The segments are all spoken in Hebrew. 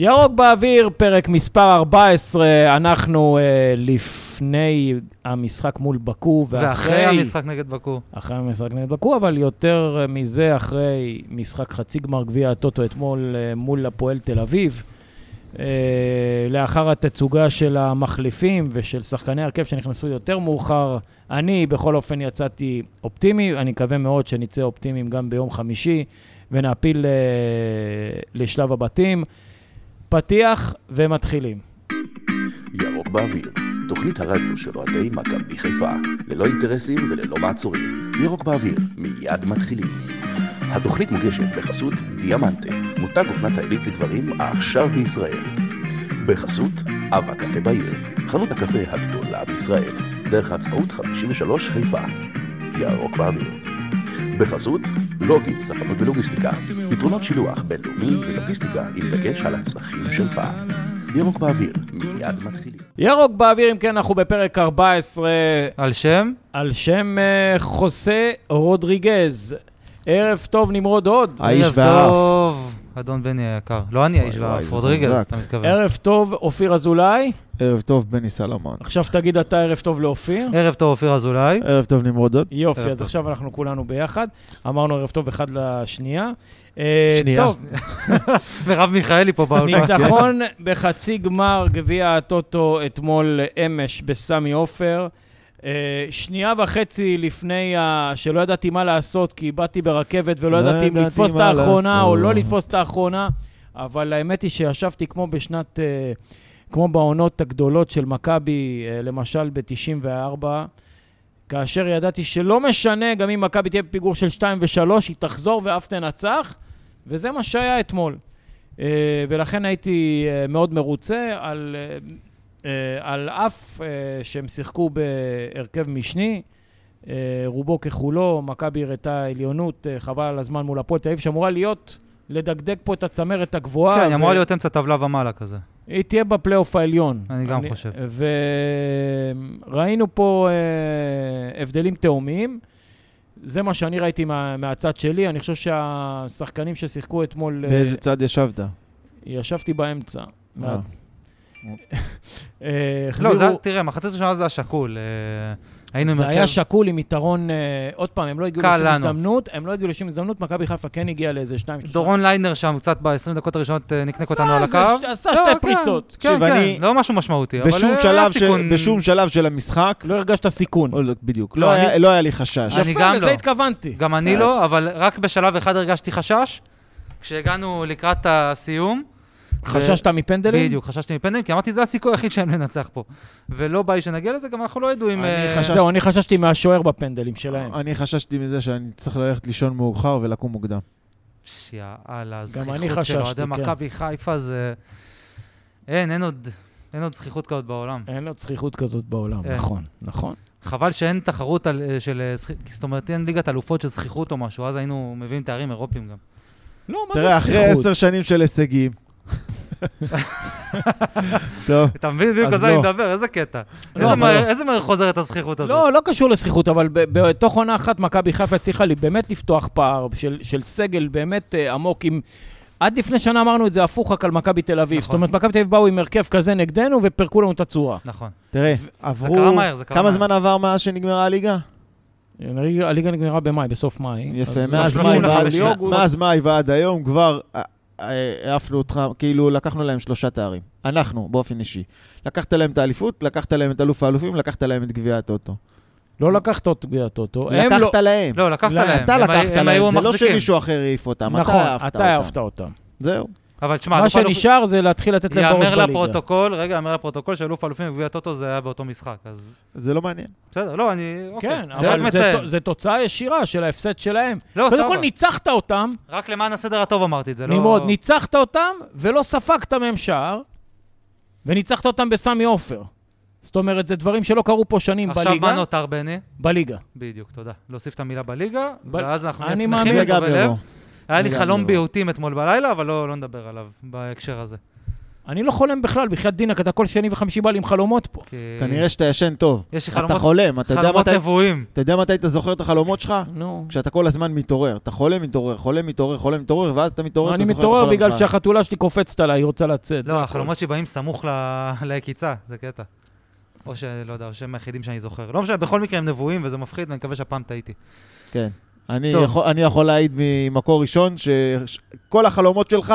ירוק באוויר, פרק מספר 14, אנחנו אה, לפני המשחק מול בקו, ואחרי... ואחרי המשחק נגד בקו. אחרי המשחק נגד בקו, אבל יותר אה, מזה, אחרי משחק חצי גמר גביע הטוטו אתמול אה, מול הפועל תל אביב, אה, לאחר התצוגה של המחליפים ושל שחקני הרכב שנכנסו יותר מאוחר, אני בכל אופן יצאתי אופטימי, אני מקווה מאוד שנצא אופטימיים גם ביום חמישי ונעפיל אה, לשלב הבתים. פתיח ומתחילים. ירוק באוויר, תוכנית הרדיו של אוהדי מכבי חיפה, ללא אינטרסים וללא מעצורים. ירוק באוויר, מיד מתחילים. התוכנית מוגשת בחסות דיאמנטה, מותג אופנת העילית לדברים העכשיו בישראל. בחסות אב הקפה בעיר, חנות הקפה הגדולה בישראל, דרך העצמאות 53 חיפה. ירוק באוויר. בחסות לוגי, ספנות ולוגיסטיקה, פתרונות שילוח בינלאומי ולוגיסטיקה עם דגש על הצרכים שלך. ירוק באוויר, מיד מתחילים. ירוק באוויר, אם כן, אנחנו בפרק 14, על שם? על שם אה, חוסה רודריגז. ערב טוב, נמרוד הוד. האיש ערב והאף. טוב, אדון בני היקר. לא אני האיש וואי, וואי, והאף, זה רודריגז, חזק. אתה מתכוון. ערב טוב, אופיר אזולאי. ערב טוב, בני סלומון. עכשיו תגיד אתה ערב טוב לאופיר. ערב טוב, אופיר אזולאי. ערב טוב, נמרוד עוד. יופי, ערב אז טוב. עכשיו אנחנו כולנו ביחד. אמרנו ערב טוב אחד לשנייה. אה, שנייה. טוב, מרב מיכאלי פה באולפן. ניצחון בחצי גמר גביע הטוטו אתמול אה, אמש בסמי עופר. אה, שנייה וחצי לפני ה... שלא ידעתי מה לעשות, כי באתי ברכבת ולא לא ידעתי אם ידעתי לתפוס את מה האחרונה או לעשות. לא לתפוס את האחרונה, אבל האמת היא שישבתי כמו בשנת... אה, כמו בעונות הגדולות של מכבי, אה, למשל ב-94, כאשר ידעתי שלא משנה, גם אם מכבי תהיה בפיגור של 2 ו-3, היא תחזור ואף תנצח, וזה מה שהיה אתמול. אה, ולכן הייתי אה, מאוד מרוצה על, אה, אה, על אף אה, שהם שיחקו בהרכב משני, אה, רובו ככולו, מכבי הראתה עליונות, אה, חבל על הזמן מול הפועל תל אביב, שאמורה להיות, לדגדג פה את הצמרת הגבוהה. כן, היא אמורה ו- להיות אמצע טבלה ומעלה כזה. היא תהיה בפלייאוף העליון. אני גם חושב. וראינו פה אה, הבדלים תאומיים. זה מה שאני ראיתי מה, מהצד שלי. אני חושב שהשחקנים ששיחקו אתמול... אה, באיזה צד ישבת? ישבתי באמצע. מה- אה, אה, לא, זה- החזירו- תראה, מחצית ראשונה זה השקול. אה, היינו עם זה היה הרכב שקול עם יתרון, אה, עוד פעם, הם לא הגיעו קל לשום לנו. הזדמנות, הם לא הגיעו לשום הזדמנות, מכבי חיפה כן הגיעה לאיזה שתיים, שלושה. דורון ליינר שם קצת ב-20 דקות הראשונות אה, נקנק אותנו זה על ש- הקו. עשה לא, שתי כן, פריצות. כן, תקשיב, כן, אני- לא משהו משמעותי, אבל בשום אה, שלב היה ש- סיכון. בשום שלב של המשחק, לא הרגשת סיכון. לא, לא, בדיוק, לא, לא היה- אני- לא היה לי חשש. אני יפה, גם לזה לא. התכוונתי. גם אני אה. לא, אבל רק בשלב אחד הרגשתי חשש. כשהגענו לקראת הסיום, חששת מפנדלים? בדיוק, חששתי מפנדלים, כי אמרתי, זה הסיכוי היחיד שלהם לנצח פה. ולא בא לי שנגיע לזה, גם אנחנו לא ידועים... אני אה, חשש- זהו, אני חששתי מהשוער בפנדלים שלהם. אני חששתי מזה שאני צריך ללכת לישון מאוחר ולקום מוקדם. פש, יאללה, אני הזכיחות של חששתי, אוהדי כן. מכבי חיפה זה... אין, אין עוד... אין עוד זכיחות כזאת בעולם. אין לו צחיחות כזאת בעולם, אה. נכון, נכון. חבל שאין תחרות על, אה, של... אה, זכי- זאת אומרת, אין ליגת אלופות של זכיחות או משהו, אז היינו מביאים תארים אירופיים גם. לא, מה תראה, זה אחרי צחיחות? עשר שנים של הישגים. טוב, אתה מבין? בדיוק אז על זה אני לא. מדבר, איזה קטע. לא, איזה אבל- מהר- איזה מהר חוזרת הזכיחות הזאת. לא, לא קשור לזכיחות, אבל ב- בתוך עונה אחת מכבי חיפה הצליחה לי באמת לפתוח פער של, של סגל באמת אה, עמוק עם... עד לפני שנה אמרנו את זה הפוך רק על מכבי תל אביב. נכון. זאת אומרת, מכבי תל אביב באו עם הרכב כזה נגדנו ופירקו לנו את הצורה. נכון. תראה, עברו... קרה מהר, זה קרה כמה מהר. זמן עבר מאז שנגמרה הליגה? הליגה- הליגה נגמרה במאי, בסוף מאי. יפה, אז מאז לא, מאי 35 ועד- לאוגוסט. מאז מאי ועד היום כבר אה, אה, העפנו אותך, כאילו לקחנו להם שלושה תארים. אנחנו, באופן אישי. לקחת להם את האליפות, לקחת להם את אלוף האלופים, לקחת להם את גביע הטוטו. לא לקחת אותו גביע הטוטו. הם לקחת לא- להם. לא, לקחת לא, להם. אתה הם לקחת היו- הם היו להם, זה לא המחזיקים. שמישהו אחר העיף אותם, אתה העפת נכון, אותם. אתה העפת אותם. זהו. אבל תשמע, מה אלוף אלופ- שנשאר זה להתחיל לתת להם בראש יאמר בליגה. לפרוטוקול, רגע, יאמר לפרוטוקול שאלוף האלופים וגביע הטוטו זה היה באותו משחק, אז זה לא מעניין. בסדר, לא, אני... אוקיי. כן, זה רק אבל זה מציין. תו- זה תוצאה ישירה של ההפסד שלהם. לא, קודם כל סבבה. ניצחת אותם, רק למען הסדר הטוב אמרתי את זה, לא... נמרוד, ניצחת אותם ולא ספגת מהם שער, וניצחת אותם בסמי עופר. זאת אומרת, זה דברים שלא קרו פה שנים עכשיו מה בליגה. נותר, בני? בליגה. בדיוק, תודה. להוסיף את המילה בליגה, ב- ואז אנחנו אני נהיה מאמין. שמחים זה גם וטובי לב. יבוא. היה לי אני גם חלום לא. ביהוטים אתמול בלילה, אבל לא לא נדבר עליו בהקשר הזה. אני לא חולם בכלל, בחייאת דינק, אתה כל שני וחמישי בא לי עם חלומות פה. כי- כנראה שאתה ישן טוב. אה, יש לי אתה חלומות- חולם, אתה יודע חלומות מתי- נבואים. אתה יודע מתי אתה זוכר את החלומות שלך? נו. כשאתה כל הזמן מתעורר. אתה חולם, מתעורר, חולם, מתעורר, חולם, מתעורר, ואז אתה מתעורר, אני אתה זוכר את מתעורר החלום בגלל שלך. שהחתולה שלי קופצת עליי, היא רוצה לצאת. זה לא, החלומות שבאים סמוך ל- ליקיצה, זה קטע. או שלא יודע, או שהם היחידים שאני זוכר. לא משנה, בכל מקרה הם נבואים וזה מפחיד, ואני מקווה שהפעם טעיתי. כן. אני טוב. יכול, אני יכול להעיד ממקור ראשון שכל החלומות שלך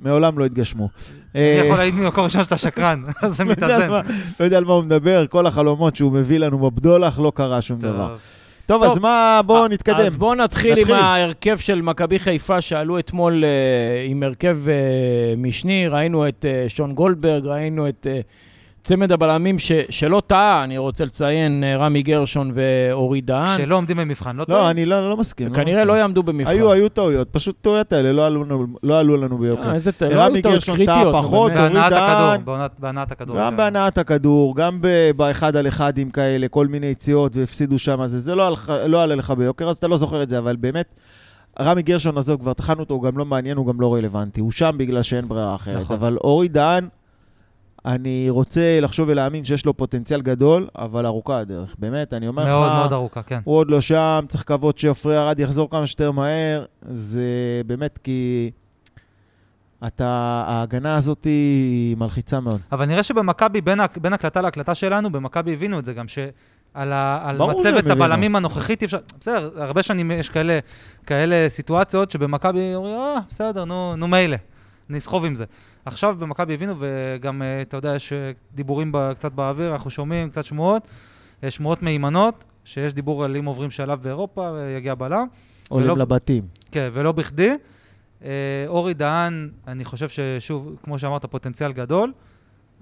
מעולם לא התגשמו. אה, אני יכול להעיד ממקור ראשון שאתה שקרן, אז זה מתאזן. לא יודע על מה הוא מדבר, כל החלומות שהוא מביא לנו בבדולח, לא קרה שום דבר. טוב. טוב, טוב. אה, אז מה, בואו נתקדם. אז בואו נתחיל עם נתחיל. ההרכב של מכבי חיפה שעלו אתמול אה, עם הרכב אה, משני. ראינו את אה, שון גולדברג, ראינו את אה, צמד הבלמים ש- שלא טעה, אני רוצה לציין, אה, רמי גרשון ואורי דהן. שלא עומדים במבחן, לא לא, טועים. אני לא, לא מסכים. לא כנראה מסכים. לא יעמדו במבחן. היו, היו טעויות, פשוט טעויות האלה לא עלו לנו- לא עלו לנו ביוקר. אה, איזה טעות, לא רמי היו טעות גרשון טעה קריטיות. נו, פחות, באמת. אורי בהנעת דהן. הכדור, בהונעת- בהנעת הכדור. כן. גם בהנעת הכדור, גם ב- באחד על אחדים כאלה, כל מיני יציאות והפסידו שם, זה, זה לא, הלך, לא עלה לך ביוקר, אז אתה לא זוכר את זה, אבל באמת, רמי גרשון, עזוב, כבר טחנו אותו, הוא גם לא מעניין, הוא גם לא רלוונטי. הוא שם בגלל שאין ברירה אחרת. נכון. נכון. אבל אורי דהן, אני רוצה לחשוב ולהאמין שיש לו פוטנציאל גדול, אבל ארוכה הדרך. באמת, אני אומר לך... מאוד מאוד ארוכה, כן. הוא עוד לא שם, צריך לקוות שעופרי ארד יחזור כמה שיותר מהר. זה באמת כי... אתה, ההגנה הזאת היא מלחיצה מאוד. אבל נראה שבמכבי, בין, ה- בין הקלטה להקלטה שלנו, במכבי הבינו את זה גם, שעל ה, על ברור שהם מצבת הבינו. הבלמים הנוכחית אי אפשר... בסדר, הרבה שנים יש כאלה, כאלה סיטואציות שבמכבי אומרים, אה, בסדר, נו, נו מילא, נסחוב עם זה. עכשיו במכבי הבינו, וגם, אה, אתה יודע, יש אה, דיבורים ב, קצת באוויר, אנחנו שומעים קצת שמועות, אה, שמועות מהימנות, שיש דיבור על אם עוברים שלב באירופה, אה, יגיע בלם. עולים ולא- לבתים. כן, ולא בכדי. אה, אורי דהן, אני חושב ששוב, כמו שאמרת, פוטנציאל גדול,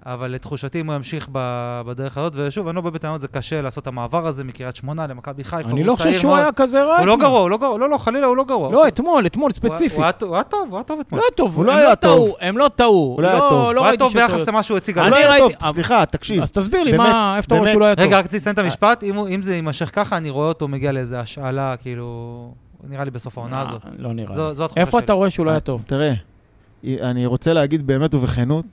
אבל לתחושתי אם הוא ימשיך ב- בדרך הזאת, ושוב, אני לא בא בטענות, זה קשה לעשות את המעבר הזה מקריית שמונה למכבי חיפה. אני הוא לא חושב צעיר שהוא מאוד. היה כזה רע. הוא לא אתמול. גרוע, הוא לא גרוע, לא, לא, חלילה, הוא לא גרוע. הוא- לא, אתמול, אתמול הוא- ספציפית. הוא היה- הוא היה טוב, הוא היה טוב אתמול. לא היה טוב, הוא לא הם היה טוב. טעו, הם לא טעו. הוא לא היה טוב. הוא הוא היה ראיתי טוב שטעו. ביחס למה שהוא הציג. אני אבל- לא היה כן, ראיתי- טוב, סליחה, תקשיב. אז תסביר לי, באמת, מה, איפה אתה רואה באמת. שהוא לא היה טוב? רגע, רק רציתי לסיים את המשפט, אם הוא- אם זה יימשך ככה, אני רואה אותו מגיע לאיזו השאלה, כאילו, נראה לי בסוף העונה הזאת. אה, לא נראה זו- לי. זו התחושה שלי. איפה אתה רואה שהוא אה, לא היה טוב? תראה, אני רוצה להגיד באמת ובכנות,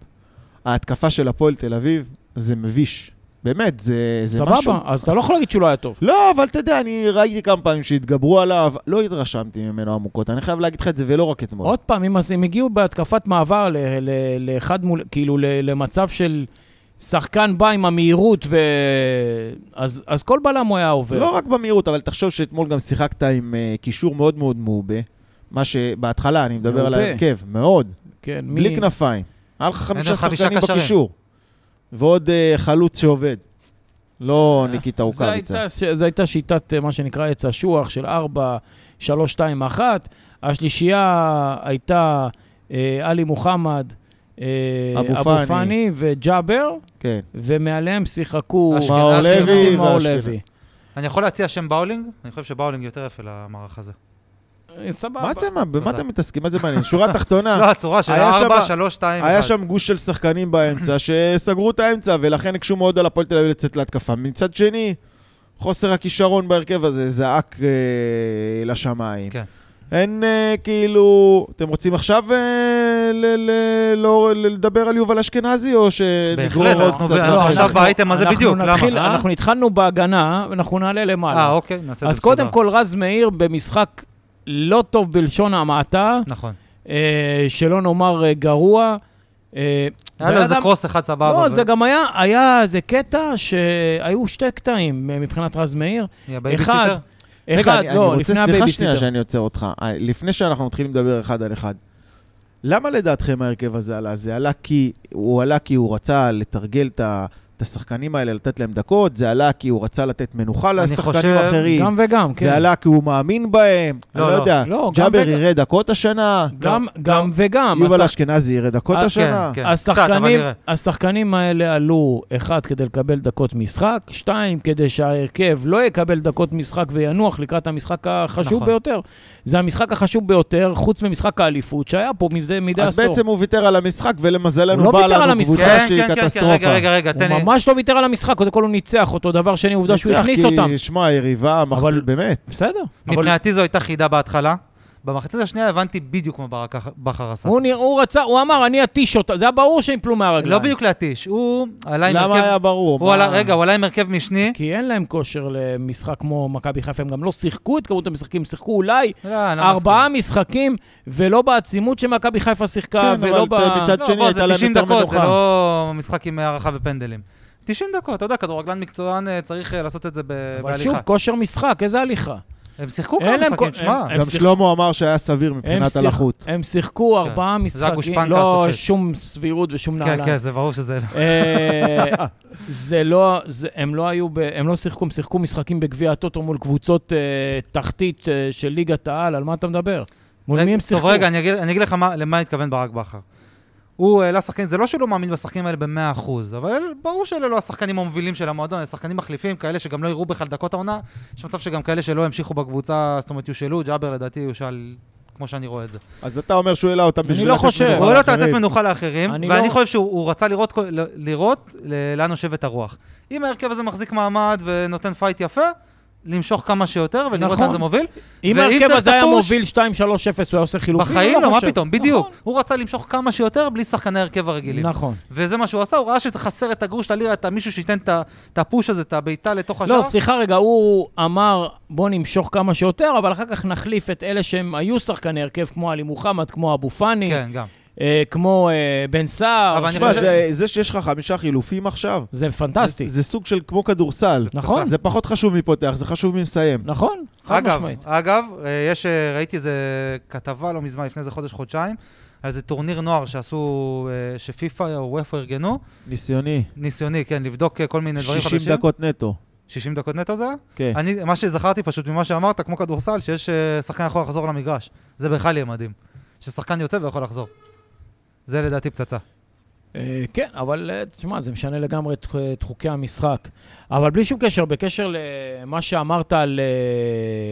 ההתקפה של הפועל תל אביב זה מביש. באמת, זה, זה משהו... סבבה, אז אתה לא יכול להגיד שהוא לא היה טוב. לא, אבל אתה יודע, אני ראיתי כמה פעמים שהתגברו עליו, לא התרשמתי ממנו עמוקות. אני חייב להגיד לך את זה, ולא רק אתמול. עוד פעם, אם אז הם הגיעו בהתקפת מעבר ל- ל- לאחד מול, כאילו ל- למצב של שחקן בא עם המהירות, ו... אז, אז כל בלם הוא היה עובר. לא רק במהירות, אבל תחשוב שאתמול גם שיחקת עם אה, קישור מאוד מאוד מעובה. מה שבהתחלה, אני מדבר על מעובה. ההרכב, מאוד. כן, מי- בלי כנפיים. היה לך חמישה לך חמישה שחקנים קשרים. בקישור. ועוד אה, חלוץ שעובד. לא ניקיטה זה רוקאביצה. הייתה, ש- זה הייתה שיטת, אה, מה שנקרא, עץ אשוח של 4, 3, 2, 1. השלישייה הייתה אה, עלי מוחמד, אה, אבו פאני. אבו פאני וג'אבר, כן. ומעליהם שיחקו אשכנזי מאור לוי מאור ואשכנזי. לוי. אני יכול להציע שם באולינג? אני חושב שבאולינג יותר יפה למערך הזה. אה, סבבה. מה זה, מה, במה תודה. אתם מתעסקים? מה זה מעניין? שורה תחתונה, לא, הצורה של אה. היה שם 4, ב- 3, 2, 1. היה שם גוש של שחקנים באמצע שסגרו את האמצע, ולכן הקשו מאוד על הפועל תל אביב לצאת להתקפה. מצד שני, חוסר הכישרון בהרכב הזה זעק אה, לשמיים. כן. אין אה, כאילו, אתם רוצים עכשיו אה, ל- ל- לא- ל- לדבר על יובל אשכנזי, או שנגרור בהחלט, עוד אנחנו- קצת? אנחנו ואחר עכשיו כך? באייטם הזה לא, אנחנו בדיוק, נתחיל- למה? אה? אנחנו התחלנו בהגנה, ואנחנו נעלה למעלה. אה, אוקיי, נעשה את זה לא. אז קודם כל, רז מאיר במשחק לא טוב בלשון המעטה, נכון. אה, שלא נאמר אה, גרוע. אה, היה לו איזה גם- קרוס אחד סבבה. לא, אבל- זה גם היה, היה איזה קטע שהיו שתי קטעים אה, מבחינת רז מאיר. נהיה אחד, בייביסיטר. כן, אחד, אני, לא, אני רוצה, לפני סליחה שנייה הבייביסיטר. שאני עוצר אותך. אה, לפני שאנחנו מתחילים לדבר אחד על אחד, למה לדעתכם ההרכב הזה עלה? זה עלה כי הוא עלה כי הוא רצה לתרגל את ה... את השחקנים האלה, לתת להם דקות, זה עלה כי הוא רצה לתת מנוחה לשחקנים חושב- אחרים, גם וגם, כן. זה עלה כי הוא מאמין בהם, לא, אני לא לא. יודע, לא, גם ג'אבר וגם. יראה דקות השנה, גם, לא, גם וגם. יובל השח- אשכנזי יראה דקות אה, השנה. כן. קצת, אבל השחקנים, נראה. השחקנים האלה עלו, אחד, כדי לקבל דקות משחק, שתיים, כדי שההרכב לא יקבל דקות משחק וינוח לקראת המשחק החשוב נכון. ביותר. זה המשחק החשוב ביותר, חוץ ממשחק האליפות, שהיה פה מזה, מדי אז עשור. בעצם הוא ויתר על המשחק, כן. הוא ולמזלנו לא באה ויתר על לנו המשחק. קבוצה שהיא כן, כן, כן, קטסטרופה. רגע, רגע, רגע, תן הוא לי. ממש לא ויתר על המשחק, קודם כל הוא ניצח אותו, דבר שני, עובדה שהוא ניצח, הכניס כי, אותם. שמע, יריבה, אבל- באמת. בסדר. אבל מבחינתי זו הייתה חידה בהתחלה. במחצית השנייה הבנתי בדיוק מה ברק בכר עשה. הוא נרא- הוא רצה, הוא אמר, אני אתיש אותה. זה היה ברור שהם יפלו מהרגליים. לא בדיוק להתיש, הוא עלה עם הרכב... למה היה ברור? הוא מה- עלה, רגע, הוא עלה עם הרכב משני. כי אין להם כושר למשחק כמו מכבי חיפה, הם גם לא שיחקו את כמות המשחקים, שיחקו אולי לא, אני לא אוקיי. ארבעה משחקים, ולא בעצימות שמכבי חיפה שיחקה, כן, ולא אבל ב... אתה מצד- מסכים. שני, לא, בוא, זה הייתה להם 90 יותר דקות, זה מנוחה. לא משחק עם הערכה ופנדלים. 90 דקות, אתה יודע, כדורגלן מקצוען אה, צריך אה, לעשות את זה ב- אבל שוב, בהליכה. כושר משחק, איזה הליכה. הם שיחקו אין כמה להם משחקים, כל- תשמע. הם- גם שיח- שלמה אמר שהיה סביר הם מבחינת שיח- הלחות. הם שיחקו כן. ארבעה משחקים, הגושפנקה לא הסופית. שום סבירות ושום כן, נעליים. כן, זה ברור שזה... אה, זה לא, זה, הם לא היו, ב, הם לא שיחקו, הם שיחקו משחקים בגביע הטוטו מול קבוצות אה, תחתית אה, של ליגת העל, על מה אתה מדבר? מול מי הם שיחקו? טוב, רגע, אני אגיד, אני אגיד לך מה, למה התכוון ברק בכר. הוא העלה שחקנים, זה לא שהוא לא מאמין בשחקנים האלה ב-100%, אבל אל- ברור שאלה לא השחקנים המובילים של המועדון, אלה שחקנים מחליפים, כאלה שגם לא יראו בכלל דקות העונה. יש מצב שגם כאלה שלא ימשיכו בקבוצה, זאת אומרת, יושאלו, ג'אבר לדעתי יושאל, כמו שאני רואה את זה. אז אתה אומר שהוא העלה אותם בשביל... לא לתת חושב. מנוחה הוא לא רוצה לתת לאחרים. מנוחה לאחרים, אני ואני לא- חושב שהוא הוא רצה לראות, כל- ל- לראות ל- לאן נושבת הרוח. אם ההרכב הזה מחזיק מעמד ונותן פייט יפה, למשוך כמה שיותר ולראות נכון. לאן זה מוביל. אם ואם ההרכב צריך הזה היה את הפוש- מוביל 2-3-0, הוא היה עושה חילופים? בחיים אני לא, מה חושב. פתאום, בדיוק. הוא רצה למשוך כמה שיותר בלי שחקני ההרכב הרגילים. נכון. וזה מה שהוא עשה, הוא ראה שזה חסר את הגרוש ללירה, את מישהו שייתן את ה- את הפוש הזה, את הבעיטה לתוך השער. לא, סליחה רגע, הוא אמר, בוא נמשוך כמה שיותר, אבל אחר כך נחליף את אלה שהם היו שחקני הרכב, כמו עלי מוחמד, כמו אבו פאני, כן, גם. אה, כמו אה, בן סער. אבל אני ש- תשמע, חושב- זה- זה שיש לך חמישה חילופים עכשיו, זה פנטסטי, זה- זה סוג של כמו כדורסל. נכון? זה פחות חשוב מי פותח, זה חשוב מי מסיים. נכון, חד אגב, משמעית. אגב, אה, יש, אה, ראיתי איזה כתבה לא מזמן, לפני איזה חודש-חודשיים, על איזה טורניר נוער שעשו, אה, שפיפ"א או וופ"א ארגנו, ניסיוני. ניסיוני, כן, לבדוק אה, כל מיני דברים 60 חדשים. דקות נטו. 60 דקות נטו זה היה? כן. אני, מה שזכרתי פשוט ממה שאמרת, כמו כדורסל, שיש אה, שחקן יכול לחזור למגרש. זה בכלל יהיה מדהים. ששחקן יוצא ויכול לחזור. זה לדעתי פצצה. אה, כן, אבל אה, תשמע, זה משנה לגמרי את, אה, את חוקי המשחק. אבל בלי שום קשר, בקשר למה שאמרת על,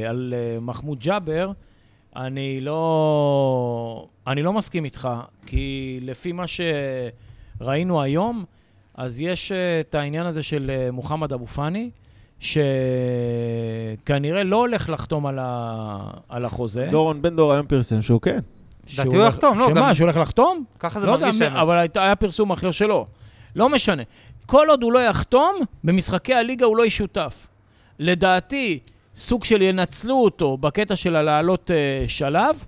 אה, על אה, מחמוד ג'אבר, אני לא, אני לא מסכים איתך, כי לפי מה שראינו היום, אז יש אה, את העניין הזה של אה, מוחמד אבו פאני, שכנראה לא הולך לחתום על, ה... על החוזה. דורון בן דור היום פרסם שהוא כן. שהוא לדעתי לא, הוא הולך- יחתום, לא, שמה, גם- שהוא הולך לחתום? ככה זה לא מרגיש יודע, האמת. אבל היית- היה פרסום אחר שלו. לא משנה. כל עוד הוא לא יחתום, במשחקי הליגה הוא לא ישותף. לדעתי, סוג של ינצלו אותו בקטע של הלעלות אה, שלב,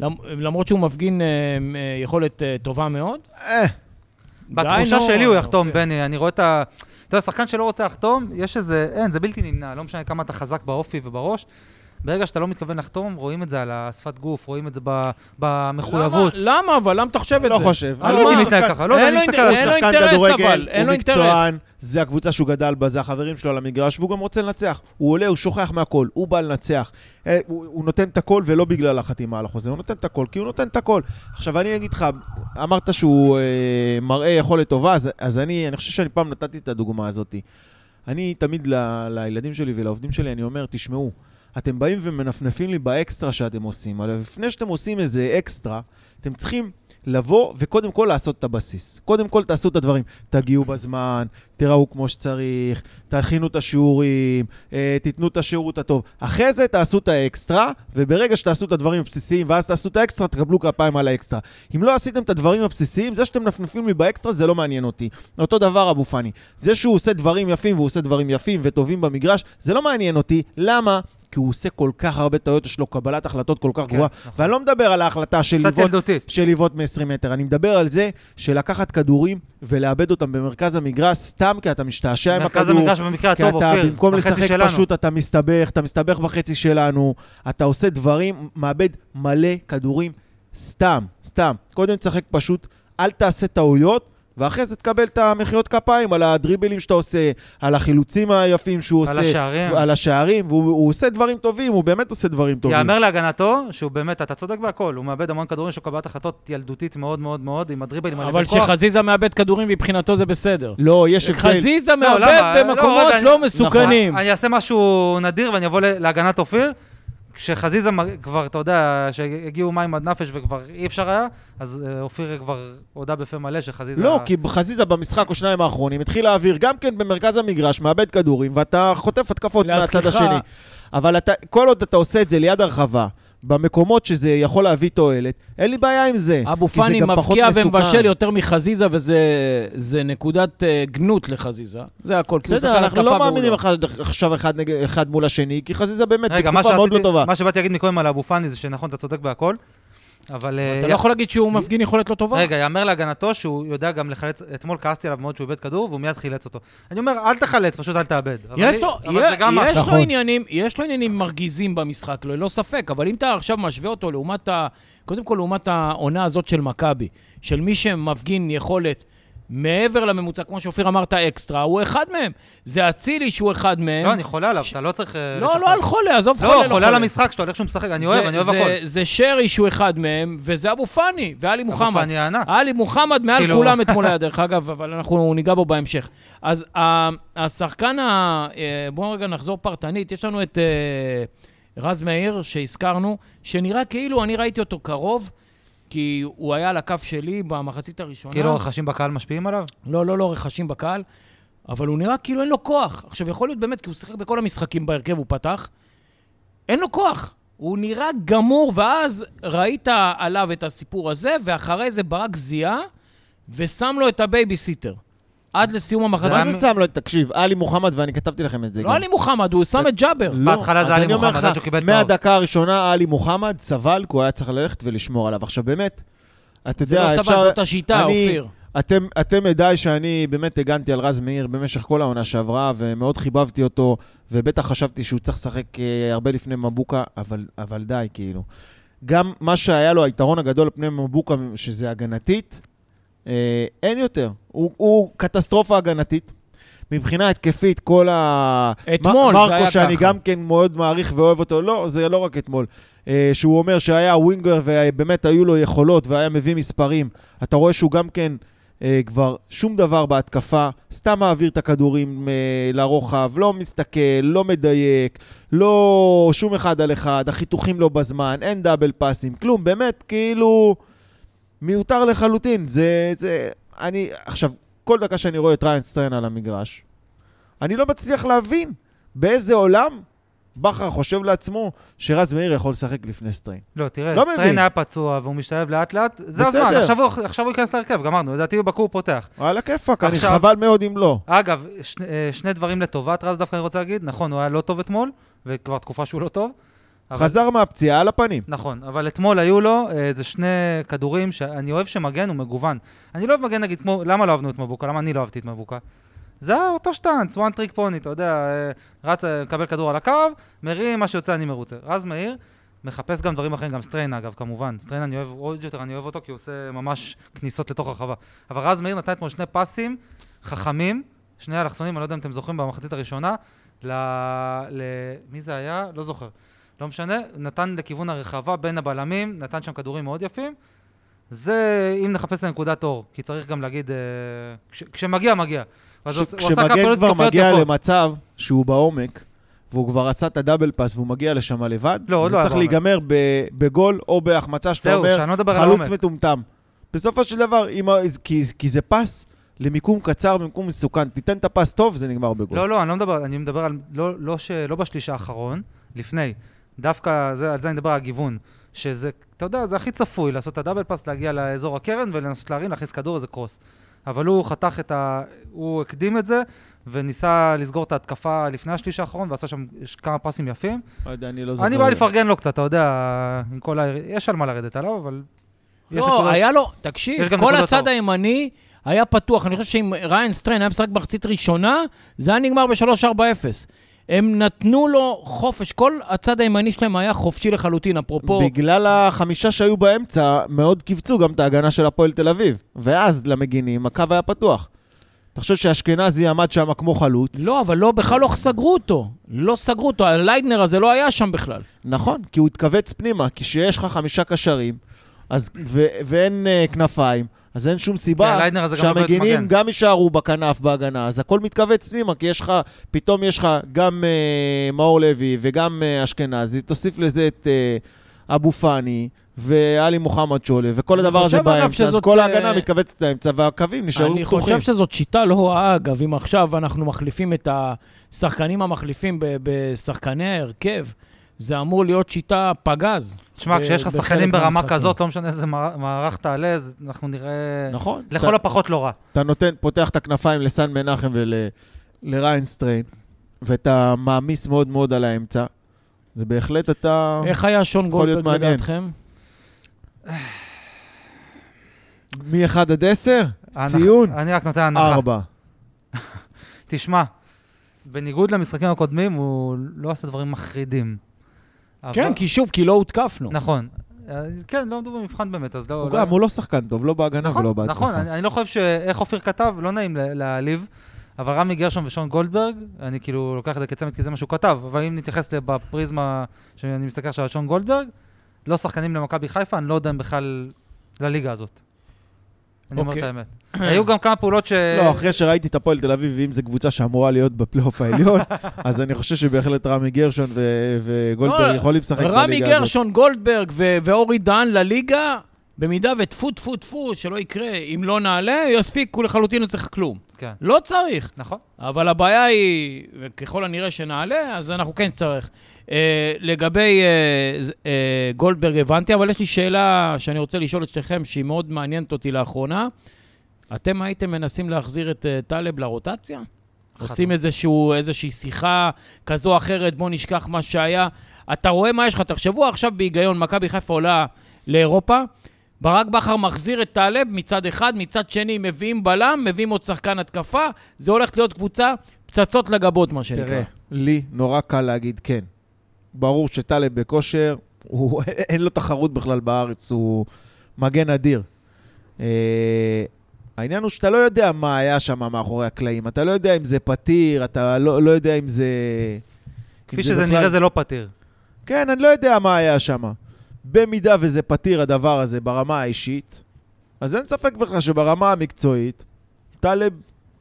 למ- למרות שהוא מפגין אה, אה, יכולת אה, טובה מאוד. בתחושה נו, שלי הוא יחתום, אופיר. בני, אני רואה את ה... אתה יודע, שחקן שלא רוצה לחתום, יש איזה... אין, זה בלתי נמנע, לא משנה כמה אתה חזק באופי ובראש. ברגע שאתה לא מתכוון לחתום, רואים את זה על השפת גוף, רואים את זה ב- במחויבות. למה? למה אבל? למה אתה חושב את זה? לא חושב. על לא מה? הייתי מתנהג ככה, לא יודע, אין לו אני מסתכל על אינטרס, זה. לו שחקן אינטרס, כדורגל, אבל, אין לו הוא אינטרס. מקצוען, זה הקבוצה שהוא גדל בה, זה החברים שלו על המגרש, והוא גם רוצה לנצח. הוא עולה, הוא שוכח מהכל, הוא בא לנצח. אה, הוא, הוא נותן את הכל, ולא בגלל החתימה על החוזה, הוא נותן את הכל, כי הוא נותן את הכל. עכשיו, אני אגיד לך, אמרת שהוא אה, מראה יכולת טובה, אז, אז אני, אני חושב שאני פעם נתתי את הדוגמה הזאת. אני תמיד ל, לילדים שלי ולעובדים שלי, אני אומר, תשמעו, אתם באים ומנפנפים לי באקסטרה שאתם עושים, אבל לפני שאתם עושים איזה אקסטרה, אתם צריכים לבוא וקודם כל לעשות את הבסיס. קודם כל תעשו את הדברים. תגיעו בזמן, תיראו כמו שצריך, תכינו את השיעורים, אה, תיתנו את השירות הטוב. אחרי זה תעשו את האקסטרה, וברגע שתעשו את הדברים הבסיסיים ואז תעשו את האקסטרה, תקבלו כפיים על האקסטרה. אם לא עשיתם את הדברים הבסיסיים, זה שאתם מנפנפים לי באקסטרה זה לא מעניין אותי. אותו דבר אבו פאני. זה שהוא עושה דברים יפים, והוא עושה דברים יפים וטובים במגרש, זה לא מעניין אותי. למה? כי הוא עושה כל כך הרבה טעויות, יש לו קבלת החלטות כל כך גרועה. נכון. ואני לא מדבר על ההחלטה של קצת לבעוט ילדותי. של לבעוט מ-20 מטר. אני מדבר על זה שלקחת כדורים ולאבד אותם במרכז המגרש סתם כי אתה משתעשע עם הכדור. מרכז המגרש במקרה כי הטוב, אתה אופיר. במקום בחצי לשחק שלנו. פשוט אתה מסתבך, אתה מסתבך בחצי שלנו, אתה עושה דברים, מאבד מלא כדורים סתם, סתם. קודם תשחק פשוט, אל תעשה טעויות. ואחרי זה תקבל את המחיאות כפיים על הדריבלים שאתה עושה, על החילוצים היפים שהוא על עושה. השערים. על השערים, והוא הוא עושה דברים טובים, הוא באמת עושה דברים טובים. יאמר להגנתו, שהוא באמת, אתה צודק בהכל, הוא מאבד המון כדורים, יש לו קבלת החלטות ילדותית מאוד מאוד מאוד, עם הדריבלים, על אבל ידי כוח. כשחזיזה מאבד כדורים מבחינתו זה בסדר. לא, יש הבדל. חזיזה לא, מאבד למה? לא, במקומות רגע, לא אני- נכון, מסוכנים. אני אעשה משהו נדיר ואני אבוא ל- להגנת אופיר. כשחזיזה מ- כבר, אתה יודע, שהגיעו מים עד נפש וכבר אי אפשר היה, אז אה, אופיר כבר הודה בפה מלא שחזיזה... לא, כי חזיזה במשחק או שניים האחרונים התחיל להעביר גם כן במרכז המגרש, מאבד כדורים, ואתה חוטף התקפות מהצד להזכירך- השני. אבל אתה, כל עוד אתה עושה את זה ליד הרחבה, במקומות שזה יכול להביא תועלת, אין לי בעיה עם זה. אבו כי זה פאני גם פחות מבקיע מסוכן. ומבשל יותר מחזיזה, וזה זה נקודת אה, גנות לחזיזה. זה הכל. כי הוא בסדר, שחקן אנחנו התקפה לא והוא מאמינים אחד- עכשיו אחד נגד- אחד מול השני, כי חזיזה באמת רגע, מה בתקופה מאוד לא שרציתי- טובה. מה שבאתי להגיד מקודם על אבו פאני זה שנכון, אתה צודק בהכל, אבל... אה, אתה לא יכול להגיד שהוא מפגין יכולת לא טובה. רגע, יאמר להגנתו שהוא יודע גם לחלץ, אתמול כעסתי עליו מאוד שהוא איבד כדור, והוא מיד חילץ אותו. אני אומר, אל תחלץ, פשוט אל תאבד. אבל יש לי- לו- אבל זה גם יש משהו. לו נכון. עניינים, יש לו עניינים מרגיזים במשחק, ללא ספק, אבל אם אתה עכשיו משווה אותו לעומת ה... קודם כל, לעומת העונה הזאת של מכבי, של מי שמפגין יכולת מעבר לממוצע, כמו שאופיר אמרת, אקסטרה, הוא אחד מהם. זה אצילי שהוא אחד מהם. לא, אני חולה עליו, ש- אתה לא צריך... אה, לא, לשחק. לא על חולה, עזוב חולה, לא, חולה על המשחק שלו, על איך שהוא משחק, אני אוהב, זה- אני אוהב זה- הכל. זה שרי שהוא אחד מהם, וזה אבו פאני, ואלי אבו מוחמד. פאני הענק. עלי מוחמד מעל כאילו- כולם אתמול היה, דרך אגב, אבל אנחנו ניגע בו בהמשך. אז ה- השחקן ה... אה, בואו רגע נחזור פרטנית. יש לנו את אה, רז מאיר, שהזכרנו, שנראה כאילו, אני ראיתי אותו קרוב, כי הוא היה על הקו שלי במחצית הראשונה. כאילו הרכשים בקהל משפיעים עליו? לא, לא, לא רכשים בקהל, אבל הוא נראה כאילו אין לו כוח. עכשיו, יכול להיות באמת, כי הוא שיחק בכל המשחקים בהרכב, הוא פתח. אין לו כוח. הוא נראה גמור, ואז ראית עליו את הסיפור הזה, ואחרי זה ברק זיהה, ושם לו את הבייביסיטר. עד לסיום המחצית. מה היה- זה שם לו? תקשיב, עלי מוחמד, ואני כתבתי לכם את זה גם. לא עלי מוחמד, הוא שם את ג'אבר. לא, בהתחלה זה אז עלי אני אומר מוחמד, לך, עד שהוא קיבל צהוב. מהדקה הראשונה עלי מוחמד סבל, כי הוא היה צריך ללכת ולשמור עליו. עכשיו באמת, אתה זה לא יודע, סבבה, אפשר... זאת השיטה, אני- אופיר. אתם, אתם עדיי שאני באמת הגנתי על רז מאיר במשך כל העונה שעברה, ומאוד חיבבתי אותו, ובטח חשבתי שהוא צריך לשחק אה, הרבה לפני מבוקה, אבל, אבל די, כאילו. גם מה שהיה לו, היתרון הגדול על פני מבוקה, שזה הגנתית, אה, אין יותר. הוא, הוא קטסטרופה הגנתית. מבחינה התקפית, כל ה... אתמול מ- זה מרקו, היה שאני ככה. גם כן מאוד מעריך ואוהב אותו, לא, זה לא רק אתמול. אה, שהוא אומר שהיה ווינגר ובאמת היו לו יכולות והיה מביא מספרים. אתה רואה שהוא גם כן אה, כבר שום דבר בהתקפה, סתם מעביר את הכדורים אה, לרוחב, לא מסתכל, לא מדייק, לא שום אחד על אחד, החיתוכים לא בזמן, אין דאבל פאסים, כלום, באמת, כאילו, מיותר לחלוטין. זה, זה, אני, עכשיו, כל דקה שאני רואה את ריין סטרן על המגרש, אני לא מצליח להבין באיזה עולם בכר חושב לעצמו שרז מאיר יכול לשחק לפני סטרן. לא, תראה, לא סטריין מבין. היה פצוע והוא משתלב לאט-לאט, זה בסדר. הזמן, עכשיו הוא- עכשיו הוא ייכנס להרכב, גמרנו, לדעתי בבקו הוא פותח. על הכיפאק, אני עכשיו- חבל מאוד אם לא. אגב, שני- אה, שני דברים לטובת רז דווקא אני רוצה להגיד, נכון, הוא היה לא טוב אתמול, וכבר תקופה שהוא לא טוב. אבל- חזר מהפציעה על הפנים. נכון, אבל אתמול היו לו אה, איזה שני כדורים שאני אוהב שמגן הוא מגוון. אני לא אוהב מגן נגיד כמו, למה לא אהבנו את מבוקה? למה אני לא אהבתי את מבוקה? זה אותו שטאנץ, one trick pony, אתה יודע, אה, רץ, אה, מקבל כדור על הקו, מרים, מה שיוצא אני מרוצה. רז מאיר, מחפש גם דברים אחרים, גם סטריין אגב, כמובן. סטריין אני אוהב עוד יותר, אני אוהב אותו כי הוא עושה ממש כניסות לתוך הרחבה. אבל רז מאיר נתן אתמול שני פסים חכמים, שני אלכסונים, אני לא יודע אם אתם זוכרים, במחצית הראשונה, ל... ל... מי זה היה? לא זוכר. לא משנה, נתן לכיוון הרחבה בין הבלמים, נתן שם כדורים מאוד יפים. זה אם נחפש לנקודת אור, כי צריך גם להגיד, אה, כש, כשמגיע, מגיע. ואז הוא כש- עושה- הוא עשה כמה כשמגן פעולות כבר התקפיות מגיע יפות. למצב שהוא בעומק, והוא כבר עשה את הדאבל פאס והוא מגיע לשם לבד, לא, עוד זה לא היה צריך בעומק. להיגמר ב- בגול או בהחמצה שאתה זהו, אומר, שאני לא מדבר על חלוץ העומק. מטומטם. בסופו של דבר, אם ה- כי כי זה פס למיקום קצר במקום מסוכן. תיתן את הפס טוב, זה נגמר בגול. לא, לא, אני לא מדבר, אני מדבר על, לא, לא, ש, לא בשליש האחרון, לפני. דווקא זה, על זה אני מדבר, על הגיוון. שזה, אתה יודע, זה הכי צפוי, לעשות את הדאבל פאס, להגיע לאזור הקרן ולנסות להרים, להכניס כדור, איזה קרוס. אבל הוא חתך את ה... הוא הקדים את זה, וניסה לסגור את ההתקפה לפני השליש האחרון, ועשה שם ש- כמה פסים יפים. לא יודע, אני לא זוכר. אני בא לפרגן לו קצת, אתה יודע, עם כל ה... יש על מה לרדת עליו, אבל... יש לא, נקודות- היה לו, יש תקשיב, גם כל נקודות הצד אור. הימני היה פתוח. אני חושב שאם ריין סטריין היה משחק מחצית ראשונה, זה היה נגמר ב-3-4-0. הם נתנו לו חופש, כל הצד הימני שלהם היה חופשי לחלוטין, אפרופו... בגלל החמישה שהיו באמצע, מאוד קיווצו גם את ההגנה של הפועל תל אביב. ואז למגינים, הקו היה פתוח. אתה חושב שאשכנזי עמד שם כמו חלוץ? לא, אבל לא, בכלל לא סגרו אותו. לא סגרו אותו, הליידנר הזה לא היה שם בכלל. נכון, כי הוא התכווץ פנימה, כי כשיש לך חמישה קשרים, אז, ו- ואין uh, כנפיים, אז אין שום כן, סיבה הליידנר הזה גם לא באמת מגן. שהמגינים גם יישארו בכנף בהגנה, אז הכל מתכווץ פנימה, כי יש לך, פתאום יש לך גם uh, מאור לוי וגם uh, אשכנזי, תוסיף לזה את uh, אבו פאני ועלי מוחמד שעולה, וכל אני הדבר הזה חושב, אגב, באמצע, אז שזאת, כל אה, ההגנה מתכווצת לאמצע, והקווים נשארו אני פתוחים. חושב שזאת שיטה לא רואה, אגב, אם עכשיו אנחנו מחליפים את השחקנים המחליפים ב- בשחקני ההרכב, זה אמור להיות שיטה פגז. תשמע, ב- כשיש לך בחלק שחקנים ברמה מהמשחקים. כזאת, לא משנה איזה מער- מערך תעלה, זה- אנחנו נראה... נכון. לכל אתה- הפחות לא רע. אתה נותן, פותח את הכנפיים לסן מנחם ולריין סטריין, ואתה מעמיס מאוד מאוד על האמצע. זה בהחלט אתה... איך היה שון יכול להיות גולדברג מעניין. לדעתכם? מ-1 עד 10? הנח- ציון? אני רק נותן הנחה. 4. תשמע, בניגוד למשחקים הקודמים, הוא לא עשה דברים מחרידים. כן, אבל- כי שוב, כי לא הותקפנו. נכון. אה, כן, לא עמדו במבחן באמת, אז לא... הוא לא- גם, הוא לא שחקן טוב, לא בהגנה נכון, ולא בהתקפה. נכון, אני, אני לא חושב ש... איך אופיר כתב, לא נעים ל- להעליב, אבל רמי גרשון ושון גולדברג, אני כאילו לוקח את זה כצמד כי זה מה שהוא כתב, אבל אם נתייחס ל- בפריזמה שאני מסתכל עכשיו על שון גולדברג, לא שחקנים למכבי חיפה, אני לא יודע אם בכלל לליגה הזאת. אני אומר את אוקיי. האמת. היו גם כמה פעולות ש... לא, אחרי שראיתי את הפועל תל אביב, ואם זו קבוצה שאמורה להיות בפלייאוף העליון, אז אני חושב שבהחלט רמי גרשון ו- לא, וגולדברג יכולים לשחק בליגה הזאת. רמי גרשון, גולדברג ו- ואורי דן לליגה, במידה וטפו טפו טפו, שלא יקרה, אם לא נעלה, יספיקו לחלוטין, לא צריך כלום. כן, לא צריך. נכון. אבל הבעיה היא, וככל הנראה שנעלה, אז אנחנו כן נצטרך. אה, לגבי אה, ז- אה, גולדברג הבנתי, אבל יש לי שאלה שאני רוצה לשאול את שניכם, שהיא מאוד מעניינת אותי לאחרונה. אתם הייתם מנסים להחזיר את אה, טלב לרוטציה? עושים איזשהו, איזושהי שיחה כזו או אחרת, בוא נשכח מה שהיה. אתה רואה מה יש לך, תחשבו עכשיו בהיגיון, מכבי חיפה עולה לאירופה, ברק בכר מחזיר את טלב מצד אחד, מצד שני מביאים בלם, מביאים עוד שחקן התקפה, זה הולך להיות קבוצה פצצות לגבות, מה שנקרא. תראה, לי נורא קל להגיד כן. ברור שטלב בכושר, הוא, אין לו תחרות בכלל בארץ, הוא מגן אדיר. אה, העניין הוא שאתה לא יודע מה היה שם מאחורי הקלעים, אתה לא יודע אם זה פתיר, אתה לא, לא יודע אם זה... כפי אם שזה בכלל- נראה זה לא פתיר. כן, אני לא יודע מה היה שם. במידה וזה פתיר הדבר הזה ברמה האישית, אז אין ספק בכלל שברמה המקצועית, טלב,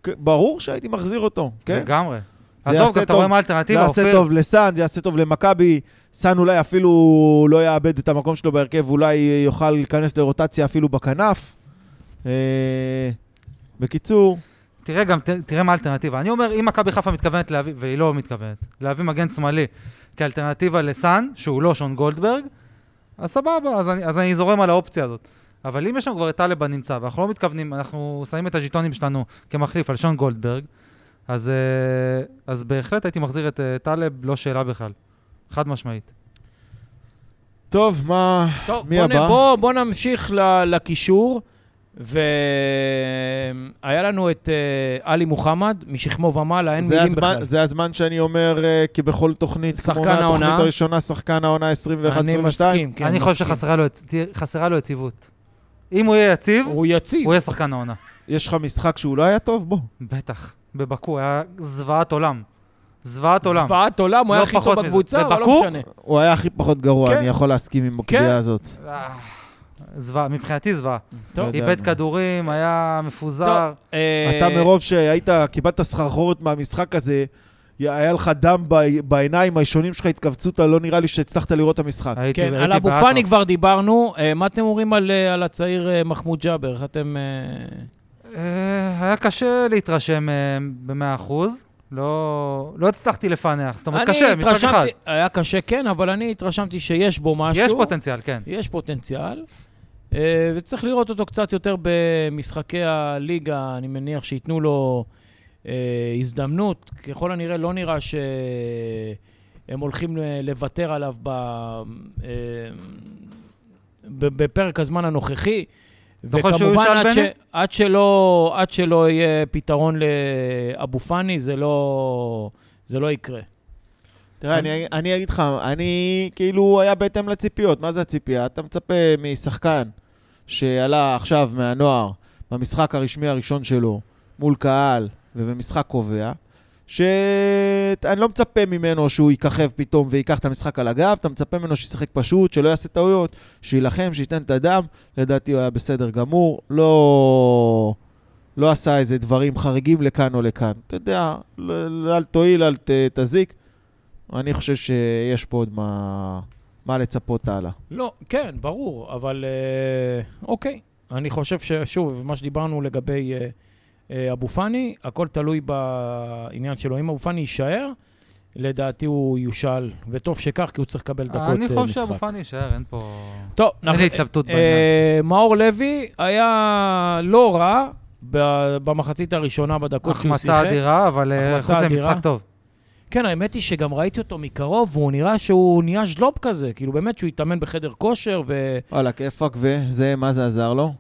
כ- ברור שהייתי מחזיר אותו, כן? לגמרי. זה עזוב, יעשה גם אתה טוב. רואה מה האלטרנטיבה, זה יעשה אופיר. טוב לסאן, זה יעשה טוב למכבי. סאן אולי אפילו לא יאבד את המקום שלו בהרכב, אולי יוכל להיכנס לרוטציה אפילו בכנף. אה, בקיצור, תראה גם, ת- תראה מה האלטרנטיבה. אני אומר, אם מכבי חיפה מתכוונת להביא, והיא לא מתכוונת, להביא מגן שמאלי כאלטרנטיבה לסאן, שהוא לא שון גולדברג, אז סבבה, אז אני, אז אני זורם על האופציה הזאת. אבל אם יש לנו כבר את טלב הנמצא, ואנחנו לא מתכוונים, אנחנו שמים את הז'יטונים שלנו כמחליף על שון גולדברג, אז, אה, אז בהחלט הייתי מחזיר את אה, טלב, לא שאלה בכלל. חד משמעית. טוב, מה... טוב, מי בוא, נ- הבא? בוא, בוא נמשיך ל- לקישור, והיה לנו את אה, עלי מוחמד, משכמו ומעלה, אין זה מילים הזמן, בכלל. זה הזמן שאני אומר, אה, כבכל תוכנית, שחקן כמו מהתוכנית העונה. הראשונה, שחקן העונה 21-22. אני מסכים, כן, כן, אני חושב מסכים. שחסרה לו, יצ- תהיה- חסרה לו יציבות. אם הוא יהיה יציב, הוא יציב. הוא יהיה שחקן העונה. יש לך משחק שהוא לא היה טוב? בוא. בטח, בבאקו, היה זוועת עולם. זוועת עולם. זוועת עולם, הוא לא היה הכי טוב פחות מזה. בקבוצה, אבל לא בבקו? משנה. הוא היה הכי פחות גרוע, כן. אני יכול להסכים עם הקביעה הזאת. לא אה, זוועה, מבחינתי זוועה. טוב. יודע איבד מה. כדורים, היה מפוזר. אה, אתה מרוב שהיית, קיבלת סחרחורת מהמשחק הזה, היה לך דם ב- בעיניים, הישונים שלך התכווצות, לא נראה לי שהצלחת לראות את המשחק. הייתי- כן, הייתי על אבו בעט פאני לו. כבר דיברנו. אה, מה אתם אומרים על אה, על הצעיר אה, מחמוד ג'אבר? איך אתם... אה, אה, היה קשה להתרשם אה, במאה אחוז. לא לא הצלחתי לפענח, זאת אומרת, אני קשה, משחק אחד. התרשמתי- היה קשה, כן, אבל אני התרשמתי שיש בו משהו. יש פוטנציאל, כן. יש פוטנציאל. אה, וצריך לראות אותו קצת יותר במשחקי הליגה, אני מניח שייתנו לו אה, הזדמנות. ככל הנראה לא נראה שהם הולכים אה, לוותר עליו ב, אה, ב- בפרק הזמן הנוכחי. אתה חושב שהוא וכמובן, עד, ישאל ש, בני? עד, שלא, עד שלא יהיה פתרון לאבו פאני, זה לא, זה לא יקרה. תראה, אני, אני אגיד לך, אני כאילו היה בהתאם לציפיות. מה זה הציפייה? אתה מצפה משחקן שעלה עכשיו מהנוער, במשחק הרשמי הראשון שלו, מול קהל ובמשחק קובע, שאני לא מצפה ממנו שהוא יככב פתאום וייקח את המשחק על הגב, אתה מצפה ממנו שישחק פשוט, שלא יעשה טעויות, שיילחם, שייתן את הדם. לדעתי הוא היה בסדר גמור, לא... לא עשה איזה דברים חריגים לכאן או לכאן. אתה יודע, לא- אל תועיל, אל ת- תזיק. אני חושב שיש פה עוד מה, מה לצפות הלאה. לא, כן, ברור, אבל אה, אוקיי. אני חושב ששוב, מה שדיברנו לגבי אה, אה, אבו פאני, הכל תלוי בעניין שלו. אם אבו פאני יישאר, לדעתי הוא יושל, וטוב שכך, כי הוא צריך לקבל דקות אה, אני משחק. חושב שאבו פאני יישאר, אין פה... טוב, אין לי התלבטות אה, בעניין. מאור לוי היה לא רע ב- במחצית הראשונה בדקות שהוא שיחק. החמצה אדירה, אבל אה, החמצה חוץ אדירה. ממשחק טוב. כן, האמת היא שגם ראיתי אותו מקרוב, והוא נראה שהוא נהיה ז'לוב כזה, כאילו באמת שהוא התאמן בחדר כושר, וואלה, כיפאק, וזה, מה זה עזר לו?